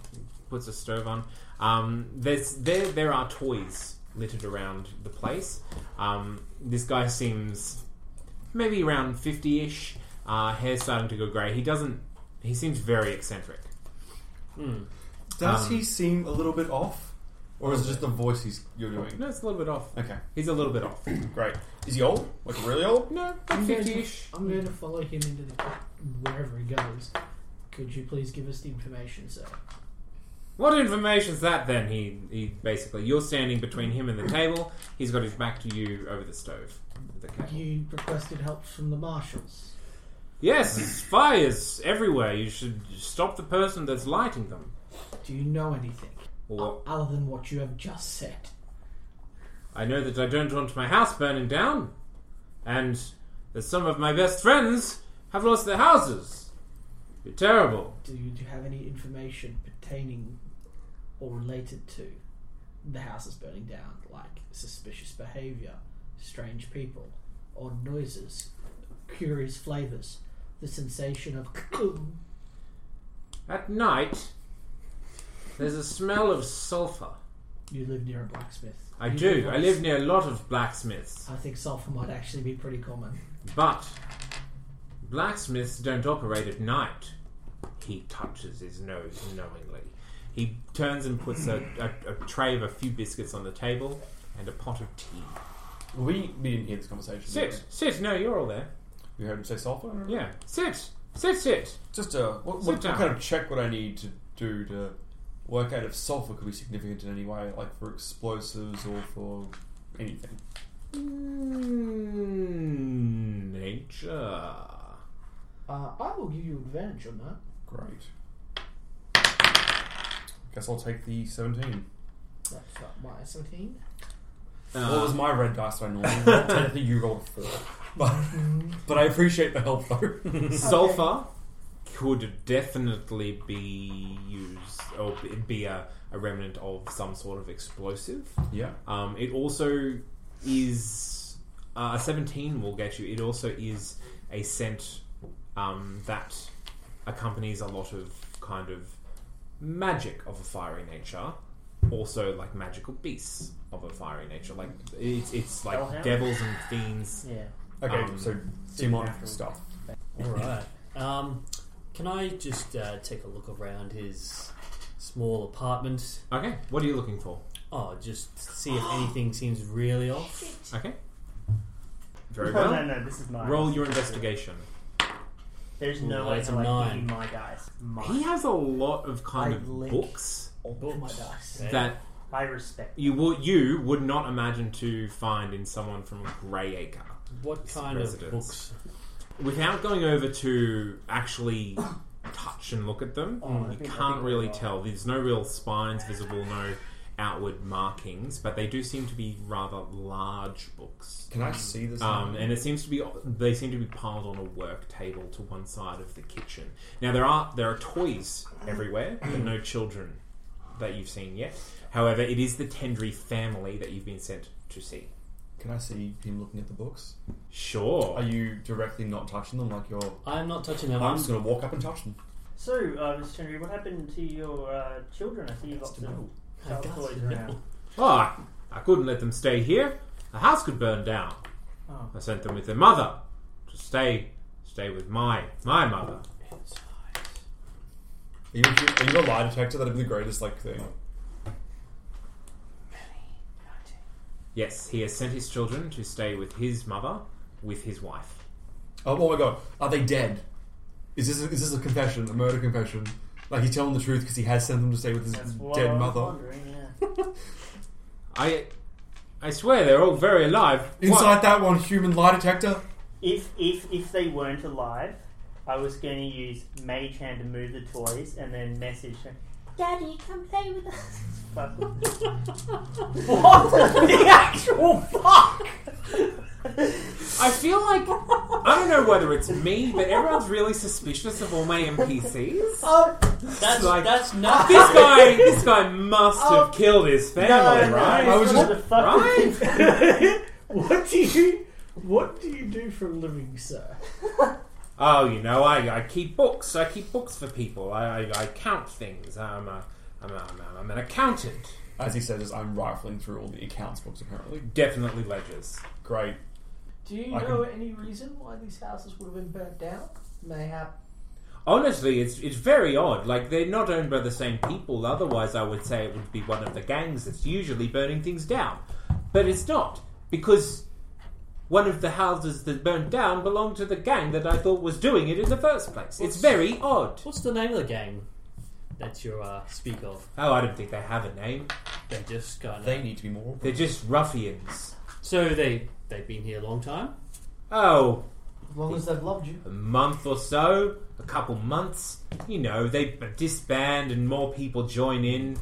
[SPEAKER 3] Puts the stove on. Um, there's there there are toys littered around the place. Um, this guy seems maybe around fifty-ish. Uh, hair's starting to go grey. He doesn't. He seems very eccentric.
[SPEAKER 6] Does
[SPEAKER 3] Um,
[SPEAKER 6] he seem a little bit off, or is it just the voice he's you're doing?
[SPEAKER 3] No, it's a little bit off.
[SPEAKER 6] Okay,
[SPEAKER 3] He's a little bit off.
[SPEAKER 6] great. Is he old? Like really old?
[SPEAKER 3] No,
[SPEAKER 5] I'm going, to,
[SPEAKER 3] fifty-ish.
[SPEAKER 5] I'm going to follow him into the wherever he goes. Could you please give us the information, sir?
[SPEAKER 3] What information's that then? He he basically you're standing between him and the table. He's got his back to you over the stove. The kettle.
[SPEAKER 5] You requested help from the marshals.
[SPEAKER 3] Yes, fires everywhere. You should stop the person that's lighting them.
[SPEAKER 5] Do you know anything
[SPEAKER 3] Or
[SPEAKER 5] other than what you have just said?
[SPEAKER 3] I know that I don't want my house burning down, and that some of my best friends have lost their houses. You're terrible.
[SPEAKER 5] Do you, do you have any information pertaining or related to the house is burning down, like suspicious behavior, strange people, odd noises, curious flavors, the sensation of
[SPEAKER 3] At night, there's a smell of sulfur.
[SPEAKER 5] you live near a blacksmith?
[SPEAKER 3] I
[SPEAKER 5] You
[SPEAKER 3] do.
[SPEAKER 5] on
[SPEAKER 3] I
[SPEAKER 5] a-
[SPEAKER 3] live near a lot of blacksmiths.
[SPEAKER 5] I think sulfur might actually be pretty common.
[SPEAKER 3] But blacksmiths don't operate at night. He touches his nose knowingly. He turns and puts a, a, a tray of a few biscuits on the table and a pot of tea.
[SPEAKER 6] We, we didn't hear this conversation. did
[SPEAKER 3] Sit, sit. No, you're all there.
[SPEAKER 6] we? You heard him say sulfur.
[SPEAKER 3] Yeah, sit, sit, sit.
[SPEAKER 6] Just a what,
[SPEAKER 3] Sit
[SPEAKER 6] what,
[SPEAKER 3] down.
[SPEAKER 6] what kind of check would I need to do to work out if sulfur could be significant in any way, like for explosives or for anything?
[SPEAKER 3] Mm, nature.
[SPEAKER 5] Uh, I will give you advantage on that.
[SPEAKER 6] Great. Guess I'll take the seventeen.
[SPEAKER 5] That's not my 17.
[SPEAKER 3] Uh-huh.
[SPEAKER 6] what was my red dice that I normally roll? Technically, you rolled a four, but but I appreciate the help though.
[SPEAKER 3] Sulfur could definitely be used or be- be a, a remnant of some sort of explosive.
[SPEAKER 6] yeah.
[SPEAKER 3] Um, it also is uh, a seventeen will get you. It also is a scent um, that accompanies a lot of kind of magic of a fiery nature. Also, like magical beasts of a fiery nature, like it's it's like
[SPEAKER 2] Hellhound?
[SPEAKER 3] devils and fiends.
[SPEAKER 2] Yeah.
[SPEAKER 6] Okay,
[SPEAKER 3] Um,
[SPEAKER 6] so demonic stuff.
[SPEAKER 4] All right. Um, can I just uh, take a look around his small apartment?
[SPEAKER 3] Okay, what are you looking for?
[SPEAKER 4] Oh, just see if anything seems really off.
[SPEAKER 3] Okay, very
[SPEAKER 2] Oh, no,
[SPEAKER 3] well.
[SPEAKER 2] no, this is mine.
[SPEAKER 3] Roll your investigation.
[SPEAKER 2] There's no
[SPEAKER 4] Ooh,
[SPEAKER 2] way
[SPEAKER 4] that's
[SPEAKER 2] to
[SPEAKER 4] a
[SPEAKER 2] like
[SPEAKER 4] nine.
[SPEAKER 2] eating my dice. Mine.
[SPEAKER 3] He has a lot of kind
[SPEAKER 2] I
[SPEAKER 3] of
[SPEAKER 2] lick.
[SPEAKER 3] books
[SPEAKER 2] all my dice.
[SPEAKER 3] that
[SPEAKER 2] I respect.
[SPEAKER 3] you would you would not imagine to find in someone from Greyacre.
[SPEAKER 4] What kind
[SPEAKER 3] residence.
[SPEAKER 4] of books?
[SPEAKER 3] Without going over to actually touch and look at them,
[SPEAKER 2] Oh, I
[SPEAKER 3] you
[SPEAKER 2] think- I
[SPEAKER 3] can't
[SPEAKER 2] think
[SPEAKER 3] really
[SPEAKER 2] they are.
[SPEAKER 3] tell. There's no real spines visible, no outward markings, but they do seem to be rather large books.
[SPEAKER 6] Can I see this?
[SPEAKER 3] Um,
[SPEAKER 6] now?
[SPEAKER 3] and it seems to be they seem to be piled on a work table to one side of the kitchen. Now there are there are toys everywhere, but no children that you've seen yet. However, it is the Tendry family that you've been sent to see.
[SPEAKER 6] Can I see him looking at the books?
[SPEAKER 3] Sure.
[SPEAKER 6] Are you directly not touching them? Like
[SPEAKER 3] Um,
[SPEAKER 6] you're.
[SPEAKER 4] I'm not touching them.
[SPEAKER 6] I'm just going to walk up and touch them.
[SPEAKER 2] So, uh, Mr. Henry, what happened to your uh, children? I see you've got
[SPEAKER 6] to know.
[SPEAKER 2] some
[SPEAKER 4] I
[SPEAKER 2] child
[SPEAKER 4] got to
[SPEAKER 2] toys
[SPEAKER 4] know.
[SPEAKER 2] around.
[SPEAKER 3] Oh, I, I couldn't let them stay here. The house could burn down.
[SPEAKER 2] Oh.
[SPEAKER 3] I sent them with their mother to stay stay with my my mother.
[SPEAKER 6] Are you, are you a lie detector? That'd be the greatest like thing.
[SPEAKER 3] Yes, he has sent his children to stay with his mother with his wife.
[SPEAKER 6] Oh, oh my god, are they dead? Is this a, is this a confession, a murder confession? Like he's telling the truth because he has sent them to stay with his
[SPEAKER 2] That's what I
[SPEAKER 6] dead
[SPEAKER 2] was
[SPEAKER 6] mother.
[SPEAKER 2] wondering, yeah.
[SPEAKER 3] I I swear they're all very alive. What-
[SPEAKER 6] Inside that one, human lie detector.
[SPEAKER 2] if if if they weren't alive, I was going to use Mage Hand to move the toys and then message her, Daddy, come play with us. Fuck.
[SPEAKER 5] What the actual fuck?
[SPEAKER 3] I feel like I don't know whether it's me, but everyone's really suspicious of all my NPCs.
[SPEAKER 5] Um,
[SPEAKER 4] That's
[SPEAKER 3] like-
[SPEAKER 4] that's not
[SPEAKER 3] This guy, this guy must have killed his family,
[SPEAKER 2] Oh. no,
[SPEAKER 3] right?
[SPEAKER 2] I was just-
[SPEAKER 3] right.
[SPEAKER 5] what do you what do you do for a living, sir?
[SPEAKER 3] oh, you know, I, I keep books. I keep books for people. I, I, I count things. I'm a, I'm, a, I'm, a, I'm an accountant.
[SPEAKER 6] As he says, as I'm rifling through all the accounts books, apparently.
[SPEAKER 3] Definitely ledgers.
[SPEAKER 6] Great.
[SPEAKER 5] Do you
[SPEAKER 6] I
[SPEAKER 5] know any reason why these houses would have been burnt down? Mayhap.
[SPEAKER 3] Honestly, it's it's very odd. Like they're not owned by the same people. Otherwise, I would say it would be one of the gangs that's usually burning things down. But it's not because one of the houses that burnt down belonged to the gang that I thought was doing it in the first place. It's very odd.
[SPEAKER 4] What's the name of the gang that you uh, speak of?
[SPEAKER 3] Oh, I don't think they have a name.
[SPEAKER 4] They just kind
[SPEAKER 6] They
[SPEAKER 4] of
[SPEAKER 6] need to be more.
[SPEAKER 3] They're just ruffians.
[SPEAKER 4] so they they've been here a long time.
[SPEAKER 3] Oh,
[SPEAKER 5] As long as they've loved you.
[SPEAKER 3] a month or so, a couple months. You know, they b- disband and more people join in.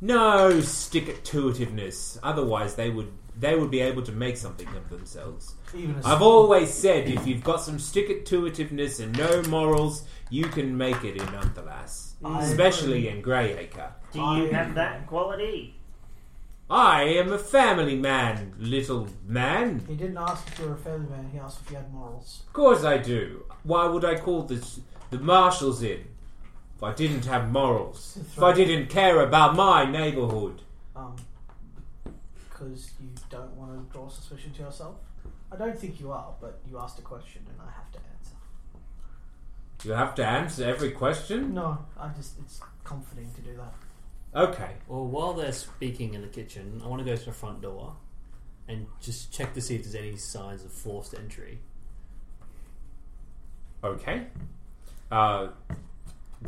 [SPEAKER 3] No stick it to itiveness. Otherwise, they would they would be able to make something of themselves.
[SPEAKER 5] Even a
[SPEAKER 3] I've always said if you've got some stick it to itiveness and no morals, you can make it in Unthalas, especially in Greyacre.
[SPEAKER 2] Do you have that quality?
[SPEAKER 3] I am a family man, little man.
[SPEAKER 5] He didn't ask if you were a family man, he asked if you had morals.
[SPEAKER 3] Of course I do. Why would I call this, the marshals in if I didn't have morals? If I didn't care about my neighbourhood?
[SPEAKER 5] Um, because you don't want to draw suspicion to yourself? I don't think you are, but you asked a question and I have to answer.
[SPEAKER 3] You have to answer every question?
[SPEAKER 5] No, I just, it's comforting to do that.
[SPEAKER 3] Okay.
[SPEAKER 4] Well, while they're speaking in the kitchen, I want to go to the front door and just check to see if there's any signs of forced entry.
[SPEAKER 3] Okay. Uh,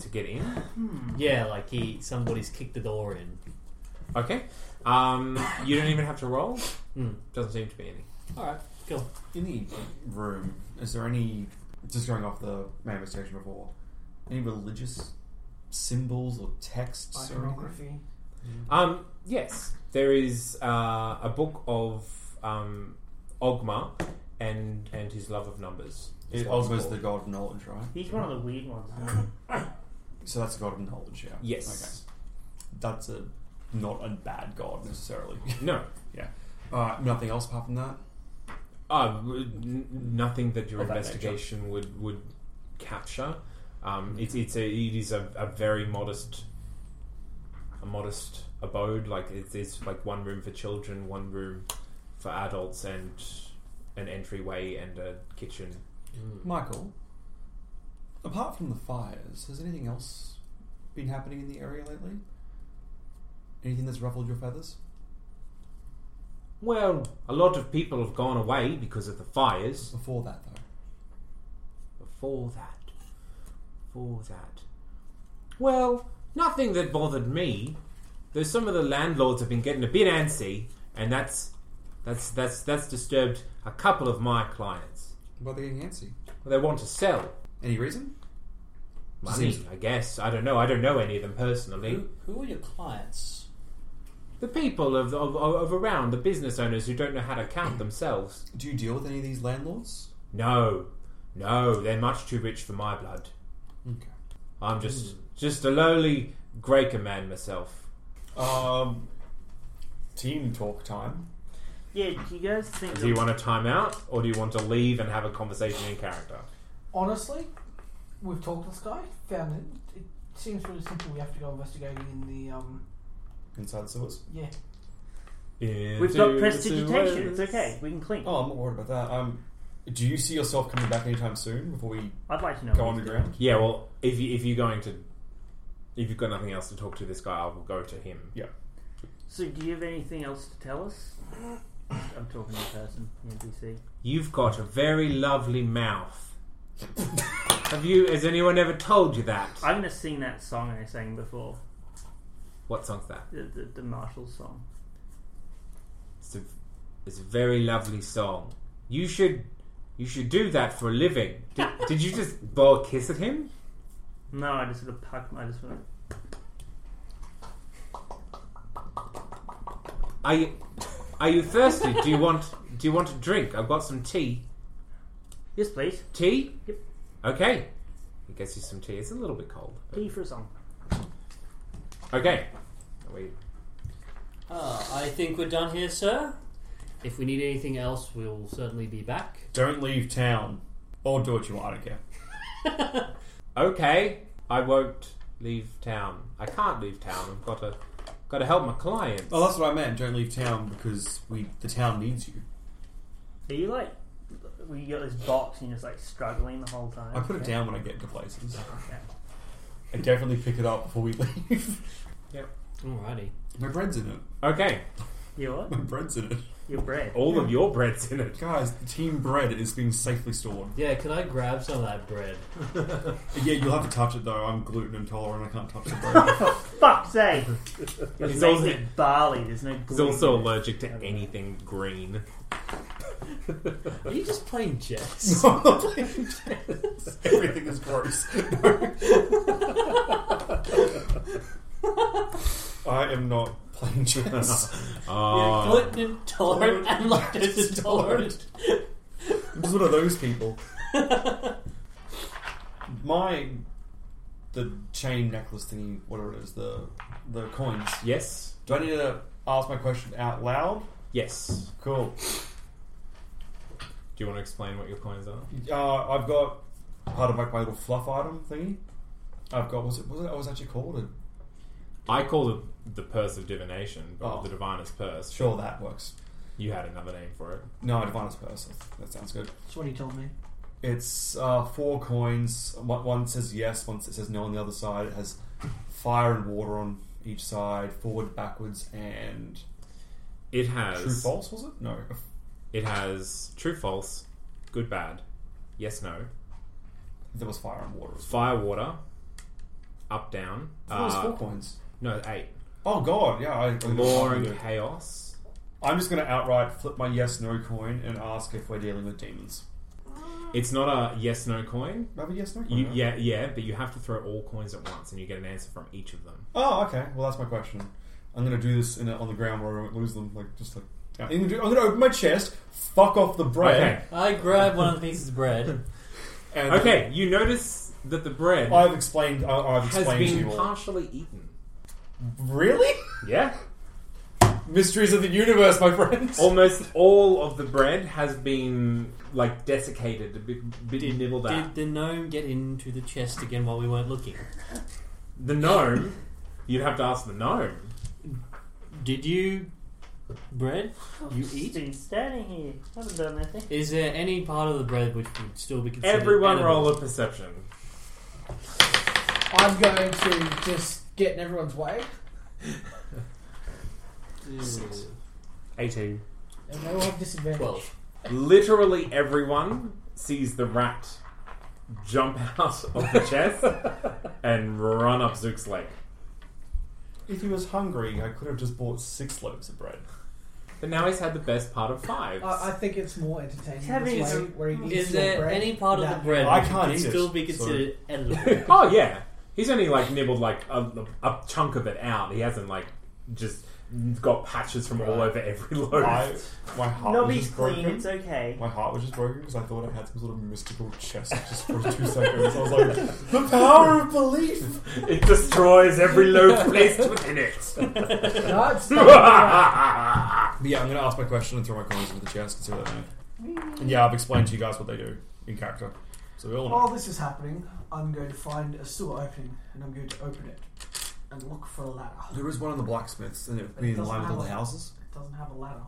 [SPEAKER 3] to get in?
[SPEAKER 4] Yeah, like he somebody's kicked the door in.
[SPEAKER 3] Okay. Um, you don't even have to roll?
[SPEAKER 4] Hmm.
[SPEAKER 3] Doesn't seem to be any.
[SPEAKER 4] All right, cool.
[SPEAKER 6] In the room, is there any. Just going off the manifestation before, any religious symbols or texts or anything?
[SPEAKER 5] Iconography.
[SPEAKER 3] Um, yes, there is uh, a book of um, Ogma and and his love of numbers. is
[SPEAKER 6] It
[SPEAKER 3] what it's
[SPEAKER 6] was the
[SPEAKER 3] called.
[SPEAKER 6] god of knowledge, right?
[SPEAKER 2] He's one of the weird ones. isn't he?
[SPEAKER 6] So that's the god of knowledge, yeah.
[SPEAKER 3] Yes.
[SPEAKER 6] Okay. That's a not a bad god necessarily.
[SPEAKER 3] No.
[SPEAKER 6] yeah. Uh, nothing else apart from that.
[SPEAKER 3] Uh, w- n- nothing that your
[SPEAKER 6] Of that
[SPEAKER 3] investigation would would capture. Um, it's it's a it is a, a very modest a modest abode. Like it's, it's like one room for children, one room for adults, and an entryway and a kitchen.
[SPEAKER 6] Michael, apart from the fires, has anything else been happening in the area lately? Anything that's ruffled your feathers?
[SPEAKER 3] Well, a lot of people have gone away because of the fires.
[SPEAKER 6] Before that, though,
[SPEAKER 3] Before that, for that. Well, nothing that bothered me. Though some of the landlords have been getting a bit antsy, and that's that's that's that's disturbed a couple of my clients.
[SPEAKER 6] why are they getting antsy?
[SPEAKER 3] Well, they want to sell
[SPEAKER 6] Any reason?
[SPEAKER 3] money,
[SPEAKER 6] Seems-
[SPEAKER 3] I guess. I don't know. I don't know any of them personally.
[SPEAKER 4] Who, who are your clients?
[SPEAKER 3] The people of, of of around the business owners who don't know how to count themselves.
[SPEAKER 6] Do you deal with any of these landlords?
[SPEAKER 3] No, no, they're much too rich for my blood.
[SPEAKER 6] Okay.
[SPEAKER 3] I'm just just a lowly Graker man myself.
[SPEAKER 6] Um, team talk time.
[SPEAKER 2] Yeah, do you guys think.
[SPEAKER 3] Do you want a timeout, or do you want to leave and have a conversation in character?
[SPEAKER 5] Honestly, we've talked to this guy, found him. It seems really simple. We have to go investigating in the, um,
[SPEAKER 6] Inside the sewers.
[SPEAKER 5] yeah.
[SPEAKER 2] We've got prestidigitation. It's okay. We can clean.
[SPEAKER 6] Oh, I'm not worried about that. Um, do you see yourself coming back anytime soon before we
[SPEAKER 2] I'd like to know.
[SPEAKER 6] go
[SPEAKER 2] what
[SPEAKER 6] on the
[SPEAKER 2] he's
[SPEAKER 6] ground?
[SPEAKER 3] Yeah. Well, if you, if you're going to, if you've got nothing else to talk to this guy, I will go to him.
[SPEAKER 6] Yeah.
[SPEAKER 2] doing. So, do you have anything else to tell us? I'm talking to the person, the NPC.
[SPEAKER 3] You've got a very lovely mouth. Have you? Has anyone ever told you that?
[SPEAKER 2] I'm going to sing that song I sang before,
[SPEAKER 3] What song's that?
[SPEAKER 2] the, the, the Marshall song.
[SPEAKER 3] It's a, it's a very lovely song. You should You should do that for a living. Did, did you just blow a kiss at him?
[SPEAKER 2] No, I just sort of puck. I just sort of.
[SPEAKER 3] Are you, are you thirsty? do you want do you want a drink? I've got some tea.
[SPEAKER 2] Yes, please.
[SPEAKER 3] Tea?
[SPEAKER 2] Yep.
[SPEAKER 3] Okay. He gets you some tea. It's a little bit cold.
[SPEAKER 2] Tea for a song.
[SPEAKER 3] Okay. We
[SPEAKER 4] Ah, I think we're done here, sir. If we need anything else, we'll certainly be back.
[SPEAKER 6] Don't leave town. Or do what you want, I don't care.
[SPEAKER 3] okay, I won't leave town. I can't leave town. I've got to got to help my clients.
[SPEAKER 6] Oh, that's what I meant. Don't leave town because we the town needs you.
[SPEAKER 2] Are you like, we got this box and you're just like struggling the whole time?
[SPEAKER 6] I put it
[SPEAKER 2] Okay.
[SPEAKER 6] down when I get to places.
[SPEAKER 2] Okay.
[SPEAKER 6] I definitely pick it up before we leave.
[SPEAKER 4] Alrighty.
[SPEAKER 6] My bread's in it.
[SPEAKER 3] Okay,
[SPEAKER 2] Your what?
[SPEAKER 6] My bread's in it.
[SPEAKER 2] Your bread.
[SPEAKER 3] all of your bread's in it.
[SPEAKER 6] Guys, the team bread is being safely stored.
[SPEAKER 4] Yeah, could I grab some of that bread?
[SPEAKER 6] Yeah, you'll have to touch it though. I'm gluten intolerant. I can't touch the bread.
[SPEAKER 2] Fuck's sake!
[SPEAKER 3] He's
[SPEAKER 2] It's
[SPEAKER 3] also,
[SPEAKER 2] basically barley. There's no.
[SPEAKER 3] he's
[SPEAKER 2] gluten.
[SPEAKER 3] also allergic to anything green.
[SPEAKER 4] Are you just playing chess?
[SPEAKER 6] Everything is gross. I am not playing chess.
[SPEAKER 3] Uh,
[SPEAKER 4] You're gluten intolerant and lactose intolerant.
[SPEAKER 6] I'm just one of those people. My the chain necklace thingy, whatever it is, the the coins.
[SPEAKER 3] Yes,
[SPEAKER 6] Do I need to ask my question out loud?
[SPEAKER 3] yes.
[SPEAKER 6] Cool.
[SPEAKER 3] Do you want to explain what your coins are?
[SPEAKER 6] Uh, I've got part of like my little fluff item thingy. I've got was it was it, what was it actually called? A,
[SPEAKER 3] I call it the purse of divination, but
[SPEAKER 6] Oh.
[SPEAKER 3] the diviner's purse.
[SPEAKER 6] sure, that works.
[SPEAKER 3] You had another name for it.
[SPEAKER 6] No, Diviner's Purse. That sounds good.
[SPEAKER 5] That's what he told me.
[SPEAKER 6] It's uh, four coins. One one says yes, one says no on the other side. It has fire and water on each side, forward, backwards, and
[SPEAKER 3] It has
[SPEAKER 6] true false. Was it no?
[SPEAKER 3] It has true false, good bad, yes no,
[SPEAKER 6] There was fire and water. as
[SPEAKER 3] fire water, up down.
[SPEAKER 6] well. There was
[SPEAKER 3] uh,
[SPEAKER 6] Oh, four coins.
[SPEAKER 3] No eight.
[SPEAKER 6] Oh god, yeah. I, I
[SPEAKER 3] Law and chaos.
[SPEAKER 6] I'm just going to outright flip my yes no coin and ask if we're dealing with demons.
[SPEAKER 3] It's not a yes no coin.
[SPEAKER 6] Have a yes no coin.
[SPEAKER 3] You,
[SPEAKER 6] right?
[SPEAKER 3] yeah, yeah, but you have to throw all coins at once, and you get an answer from each of them.
[SPEAKER 6] Oh, okay. Well, that's my question. I'm gonna do this in a, on the ground where I won't lose them. Like just like I'm gonna, do, I'm gonna open my chest, fuck off the bread.
[SPEAKER 4] I grab one of the pieces of bread.
[SPEAKER 6] And
[SPEAKER 3] Okay. Okay. You notice that the bread
[SPEAKER 6] I've explained. I, I've
[SPEAKER 3] has
[SPEAKER 6] explained to
[SPEAKER 3] been
[SPEAKER 6] you all.
[SPEAKER 3] partially eaten.
[SPEAKER 6] Really?
[SPEAKER 3] Yeah.
[SPEAKER 6] Mysteries of the universe, my friends.
[SPEAKER 3] Almost all of the bread has been like desiccated, a bit, bit nibbled at.
[SPEAKER 4] Did the gnome get into the chest again while we weren't looking?
[SPEAKER 3] The gnome. You'd have to ask the gnome.
[SPEAKER 4] Did you bread? You eat?
[SPEAKER 2] Been standing here. I haven't done nothing.
[SPEAKER 4] Is there any part of the bread which would still be considered?
[SPEAKER 3] Everyone
[SPEAKER 4] edible?
[SPEAKER 3] roll a perception.
[SPEAKER 5] I'm going to just get in everyone's way,
[SPEAKER 4] Six.
[SPEAKER 8] 18.
[SPEAKER 5] and they all have disadvantage.
[SPEAKER 4] Twelve.
[SPEAKER 3] Literally everyone sees the rat jump out of the chest and run up Zook's leg.
[SPEAKER 6] If he was hungry, I could have just bought six loaves of bread.
[SPEAKER 3] But now he's had the best part of fives.
[SPEAKER 5] Oh, I, I think it's more entertaining
[SPEAKER 2] Having
[SPEAKER 5] this way,
[SPEAKER 2] some-
[SPEAKER 5] where he eats
[SPEAKER 4] Is
[SPEAKER 5] your
[SPEAKER 4] there
[SPEAKER 5] bread
[SPEAKER 4] any part of the
[SPEAKER 5] without-
[SPEAKER 4] bread
[SPEAKER 6] I
[SPEAKER 4] which
[SPEAKER 6] can't
[SPEAKER 4] would
[SPEAKER 6] eat it,
[SPEAKER 4] still be
[SPEAKER 6] so-
[SPEAKER 4] considered edible?
[SPEAKER 3] oh yeah, he's only like nibbled like a, a chunk of it out. He hasn't like just got patches from all over every loaf.
[SPEAKER 6] I, my heart was
[SPEAKER 2] Nobby's
[SPEAKER 6] Oh, just broken.
[SPEAKER 2] clean. It's okay.
[SPEAKER 6] My heart was just broken because I thought I had some sort of mystical chest just for two seconds. I was like, the power of belief.
[SPEAKER 3] It destroys every loaf placed within it.
[SPEAKER 5] No, it's not.
[SPEAKER 6] But yeah, I'm going to ask my question and throw my coins into the chest and see what they do. And yeah, I've explained to you guys what they do in character. So we all know.
[SPEAKER 5] While this is happening, I'm going to find a sewer opening and I'm going to open it and look for a ladder.
[SPEAKER 6] There is one on the blacksmiths, and it would
[SPEAKER 5] It doesn't have a-
[SPEAKER 6] houses.
[SPEAKER 5] It doesn't have a ladder.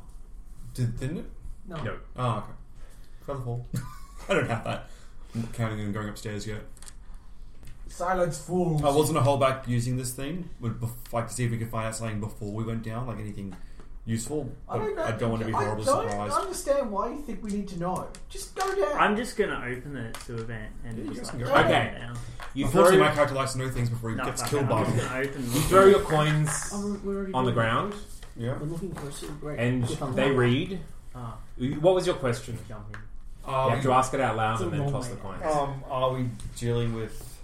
[SPEAKER 6] Did, didn't it?
[SPEAKER 5] No.
[SPEAKER 3] No.
[SPEAKER 6] Oh, okay. Feather fall. I don't have that. I'm not counting and going upstairs yet.
[SPEAKER 5] Silence fools.
[SPEAKER 4] Oh,
[SPEAKER 6] I was going to hold back using this thing. Would bef- like to see if we could find out something before we went down, like anything useful.
[SPEAKER 5] I don't know.
[SPEAKER 6] I don't want to be
[SPEAKER 5] I
[SPEAKER 6] horribly
[SPEAKER 5] don't
[SPEAKER 6] surprised.
[SPEAKER 5] understand why you think we need to know. Just go down.
[SPEAKER 2] I'm just gonna open it to event and
[SPEAKER 6] you
[SPEAKER 2] just
[SPEAKER 6] can
[SPEAKER 2] like,
[SPEAKER 6] go.
[SPEAKER 2] write
[SPEAKER 3] Okay.
[SPEAKER 2] it down.
[SPEAKER 3] You throw,
[SPEAKER 6] Unfortunately, my
[SPEAKER 3] you
[SPEAKER 6] character likes to know things before he
[SPEAKER 2] No,
[SPEAKER 6] gets
[SPEAKER 2] fuck
[SPEAKER 6] killed
[SPEAKER 2] it,
[SPEAKER 6] by
[SPEAKER 2] I'm just
[SPEAKER 6] them.
[SPEAKER 2] gonna open.
[SPEAKER 3] throw your coins
[SPEAKER 5] Oh, we're- we're already
[SPEAKER 3] on the
[SPEAKER 5] doing
[SPEAKER 3] ground.
[SPEAKER 6] Yeah.
[SPEAKER 5] that. We're looking for a sewer break.
[SPEAKER 3] and
[SPEAKER 5] If I'm
[SPEAKER 3] they
[SPEAKER 5] right.
[SPEAKER 3] read.
[SPEAKER 2] Ah.
[SPEAKER 3] What was your question?
[SPEAKER 2] Jump in.
[SPEAKER 6] Are
[SPEAKER 3] You have
[SPEAKER 6] we,
[SPEAKER 3] to ask it out loud
[SPEAKER 5] It's a
[SPEAKER 3] and then
[SPEAKER 5] long
[SPEAKER 3] toss
[SPEAKER 5] way
[SPEAKER 3] the coin.
[SPEAKER 6] um, are we dealing with?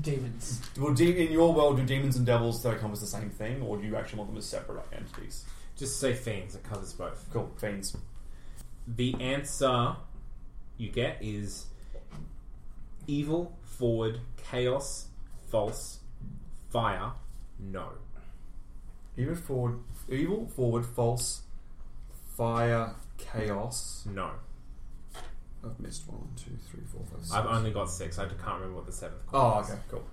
[SPEAKER 5] Demons.
[SPEAKER 6] Well, de- in your world, do demons and devils that come as the same thing, or do you actually want them as separate entities?
[SPEAKER 3] Just say fiends. It covers both.
[SPEAKER 6] Cool, fiends.
[SPEAKER 3] The answer you get is evil, forward, chaos, false, fire, no.
[SPEAKER 6] Evil forward, evil forward, false, fire, chaos.
[SPEAKER 3] No.
[SPEAKER 6] I've missed one, two, three, four, five, six.
[SPEAKER 3] I've only got six. I can't remember what the seventh called.
[SPEAKER 6] Oh, okay, cool.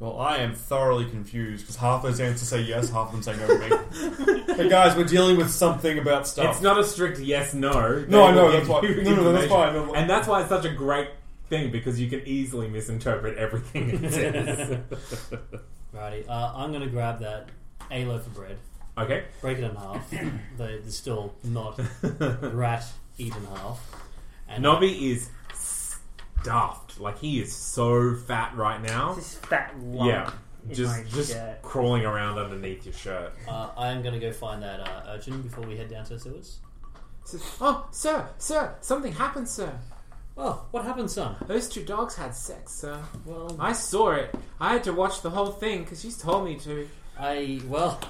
[SPEAKER 6] Well, I am thoroughly confused because half those answers say yes, half of them say no to me. hey guys, we're dealing with something about stuff.
[SPEAKER 3] It's not a strict yes no.
[SPEAKER 6] No, I
[SPEAKER 3] They
[SPEAKER 6] know,
[SPEAKER 3] will
[SPEAKER 6] that's
[SPEAKER 3] give
[SPEAKER 6] why-
[SPEAKER 3] you
[SPEAKER 6] no, no, no, that's
[SPEAKER 3] information.
[SPEAKER 6] fine, no, no.
[SPEAKER 3] And that's why it's such a great thing because you can easily misinterpret everything it says.
[SPEAKER 4] Righty, uh, I'm going to grab that a loaf of bread,
[SPEAKER 3] okay.
[SPEAKER 4] break it in half. the, the still not rat eaten half. And
[SPEAKER 3] Nobby is stuffed. Like he is so fat right now.
[SPEAKER 2] This fat lump.
[SPEAKER 3] Yeah.
[SPEAKER 2] in my
[SPEAKER 3] Just just
[SPEAKER 2] shirt.
[SPEAKER 3] crawling around underneath your shirt.
[SPEAKER 4] uh, I am going to go find that uh, urchin before we head down to the sewers.
[SPEAKER 3] Says, oh, sir, sir, something happened, sir.
[SPEAKER 4] Oh, what happened, son?
[SPEAKER 3] Those two dogs had sex, sir.
[SPEAKER 4] Well,
[SPEAKER 3] I saw it. I had to watch the whole thing because you told me to.
[SPEAKER 4] I well,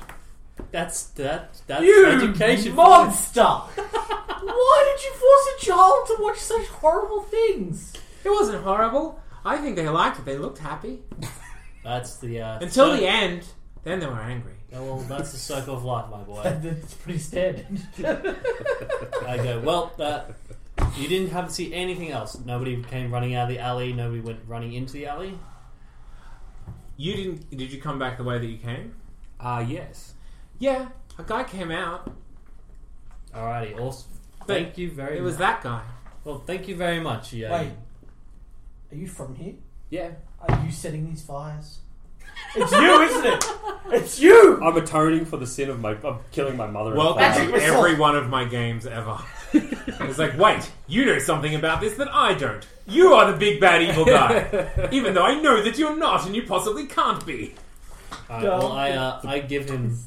[SPEAKER 4] that's that. That's
[SPEAKER 3] You
[SPEAKER 4] education.
[SPEAKER 5] Monster! Why did you force a child to watch such horrible things?
[SPEAKER 3] It wasn't horrible. I think they liked it. They looked happy
[SPEAKER 4] That's the uh,
[SPEAKER 3] until
[SPEAKER 4] circle-
[SPEAKER 3] the end. Then they were angry.
[SPEAKER 4] Oh, well, that's the circle of life, my boy.
[SPEAKER 5] That's pretty standard.
[SPEAKER 4] I go. Well, uh, you didn't have to see anything else. Nobody came running out of the alley. Nobody went running into the alley.
[SPEAKER 3] You didn't? Did you come back the way that you came?
[SPEAKER 4] Ah, yes.
[SPEAKER 3] Yeah, a guy came out.
[SPEAKER 4] Alrighty. Awesome.
[SPEAKER 3] But
[SPEAKER 4] Thank you very.
[SPEAKER 3] It was
[SPEAKER 4] much.
[SPEAKER 3] that guy.
[SPEAKER 4] Well, thank you very much. Yeah.
[SPEAKER 5] Wait, are you from here?
[SPEAKER 9] Yeah.
[SPEAKER 5] Are you setting these fires? It's you, isn't it? It's you!
[SPEAKER 9] I'm atoning for the sin of my of killing my mother. and father.
[SPEAKER 3] Welcome to
[SPEAKER 5] myself.
[SPEAKER 3] every one of my games ever. it's like, wait, you know something about this that I don't. You are the big bad evil guy, even though I know that you're not, and you possibly can't be.
[SPEAKER 4] Alright, well, I uh, I give him.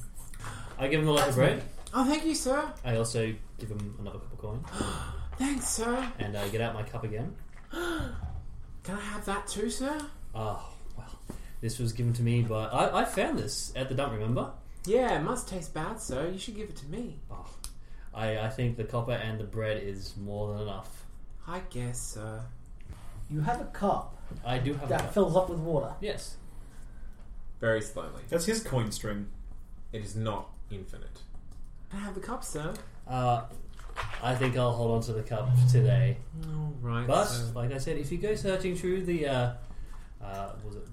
[SPEAKER 4] I give him a loaf of bread.
[SPEAKER 3] Oh, thank you, sir.
[SPEAKER 4] I also give him another cup of coin,
[SPEAKER 3] Thanks, sir.
[SPEAKER 4] and I get out my cup again.
[SPEAKER 3] Can I have that too, sir?
[SPEAKER 4] Oh, well, this was given to me by. I, I found this at the dump, remember?
[SPEAKER 3] Yeah, it must taste bad, sir. You should give it to me.
[SPEAKER 4] Oh, I, I think the copper and the bread is more than enough.
[SPEAKER 3] I guess, sir.
[SPEAKER 5] You have a cup
[SPEAKER 4] I do have
[SPEAKER 5] that
[SPEAKER 4] a
[SPEAKER 5] fills up with water.
[SPEAKER 4] Yes.
[SPEAKER 3] Very slowly.
[SPEAKER 6] That's his coin string.
[SPEAKER 3] It is not infinite. Can I have the cup, sir?
[SPEAKER 4] Uh, I think I'll hold on to the cup today.
[SPEAKER 3] All right.
[SPEAKER 4] But,
[SPEAKER 3] sir.
[SPEAKER 4] like I said, if you go searching through the, uh, uh, was it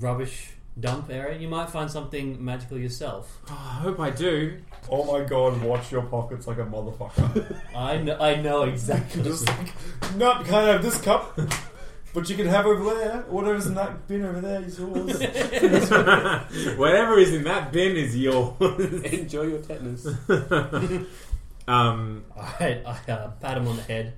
[SPEAKER 4] rubbish dump area, you might find something magical yourself.
[SPEAKER 3] Oh, I hope I do.
[SPEAKER 6] Oh my god, watch your pockets like a motherfucker.
[SPEAKER 4] I know, I know exactly.
[SPEAKER 6] Just like, no, you can't have this cup. But you can have over there. Whatever's in that bin over there is yours.
[SPEAKER 3] Whatever is in that bin is yours.
[SPEAKER 9] Enjoy your tetanus.
[SPEAKER 3] um,
[SPEAKER 4] Alright, I uh, pat him on the head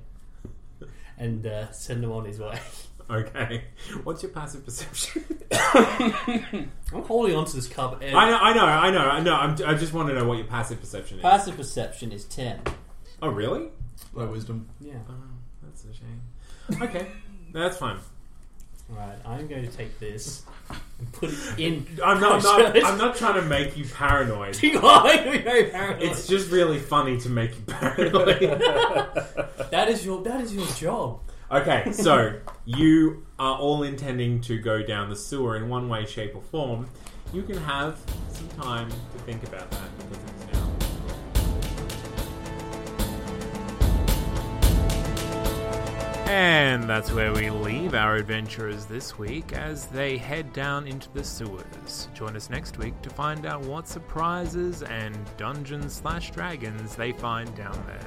[SPEAKER 4] and uh, send him on his way.
[SPEAKER 3] okay. What's your passive perception?
[SPEAKER 4] I'm holding on to this cup. And
[SPEAKER 3] I know, I know, I know, I know. I'm, I just want to know what your passive perception is.
[SPEAKER 4] Passive perception is 10.
[SPEAKER 3] oh, really?
[SPEAKER 6] Low wisdom.
[SPEAKER 4] Yeah.
[SPEAKER 3] Oh, that's a shame. Okay, No, that's fine.
[SPEAKER 4] Right, I'm going to take this and put it in.
[SPEAKER 3] I'm not, I'm
[SPEAKER 4] Sure.
[SPEAKER 3] not, I'm not trying to make you paranoid. It's
[SPEAKER 4] it's
[SPEAKER 3] just really funny to make you paranoid.
[SPEAKER 4] that is your that is your job.
[SPEAKER 3] okay, so you are all intending to go down the sewer in one way, shape, or form. You can have some time to think about that because it's now. And that's where we leave our adventurers this week as they head down into the sewers. Join us next week to find out what surprises and dungeons slash dragons they find down there.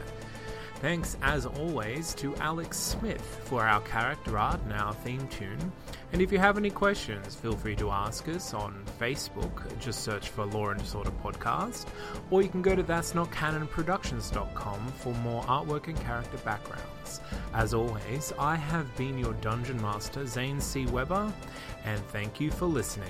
[SPEAKER 3] Thanks, as always, to Alex Smith for our character art and our theme tune. And if you have any questions, feel free to ask us on Facebook. Just search for Law and Disorder Podcast, or you can go to that's not canon productions.com for more artwork and character backgrounds. As always, I have been your dungeon master, Zane C. Weber, and thank you for listening.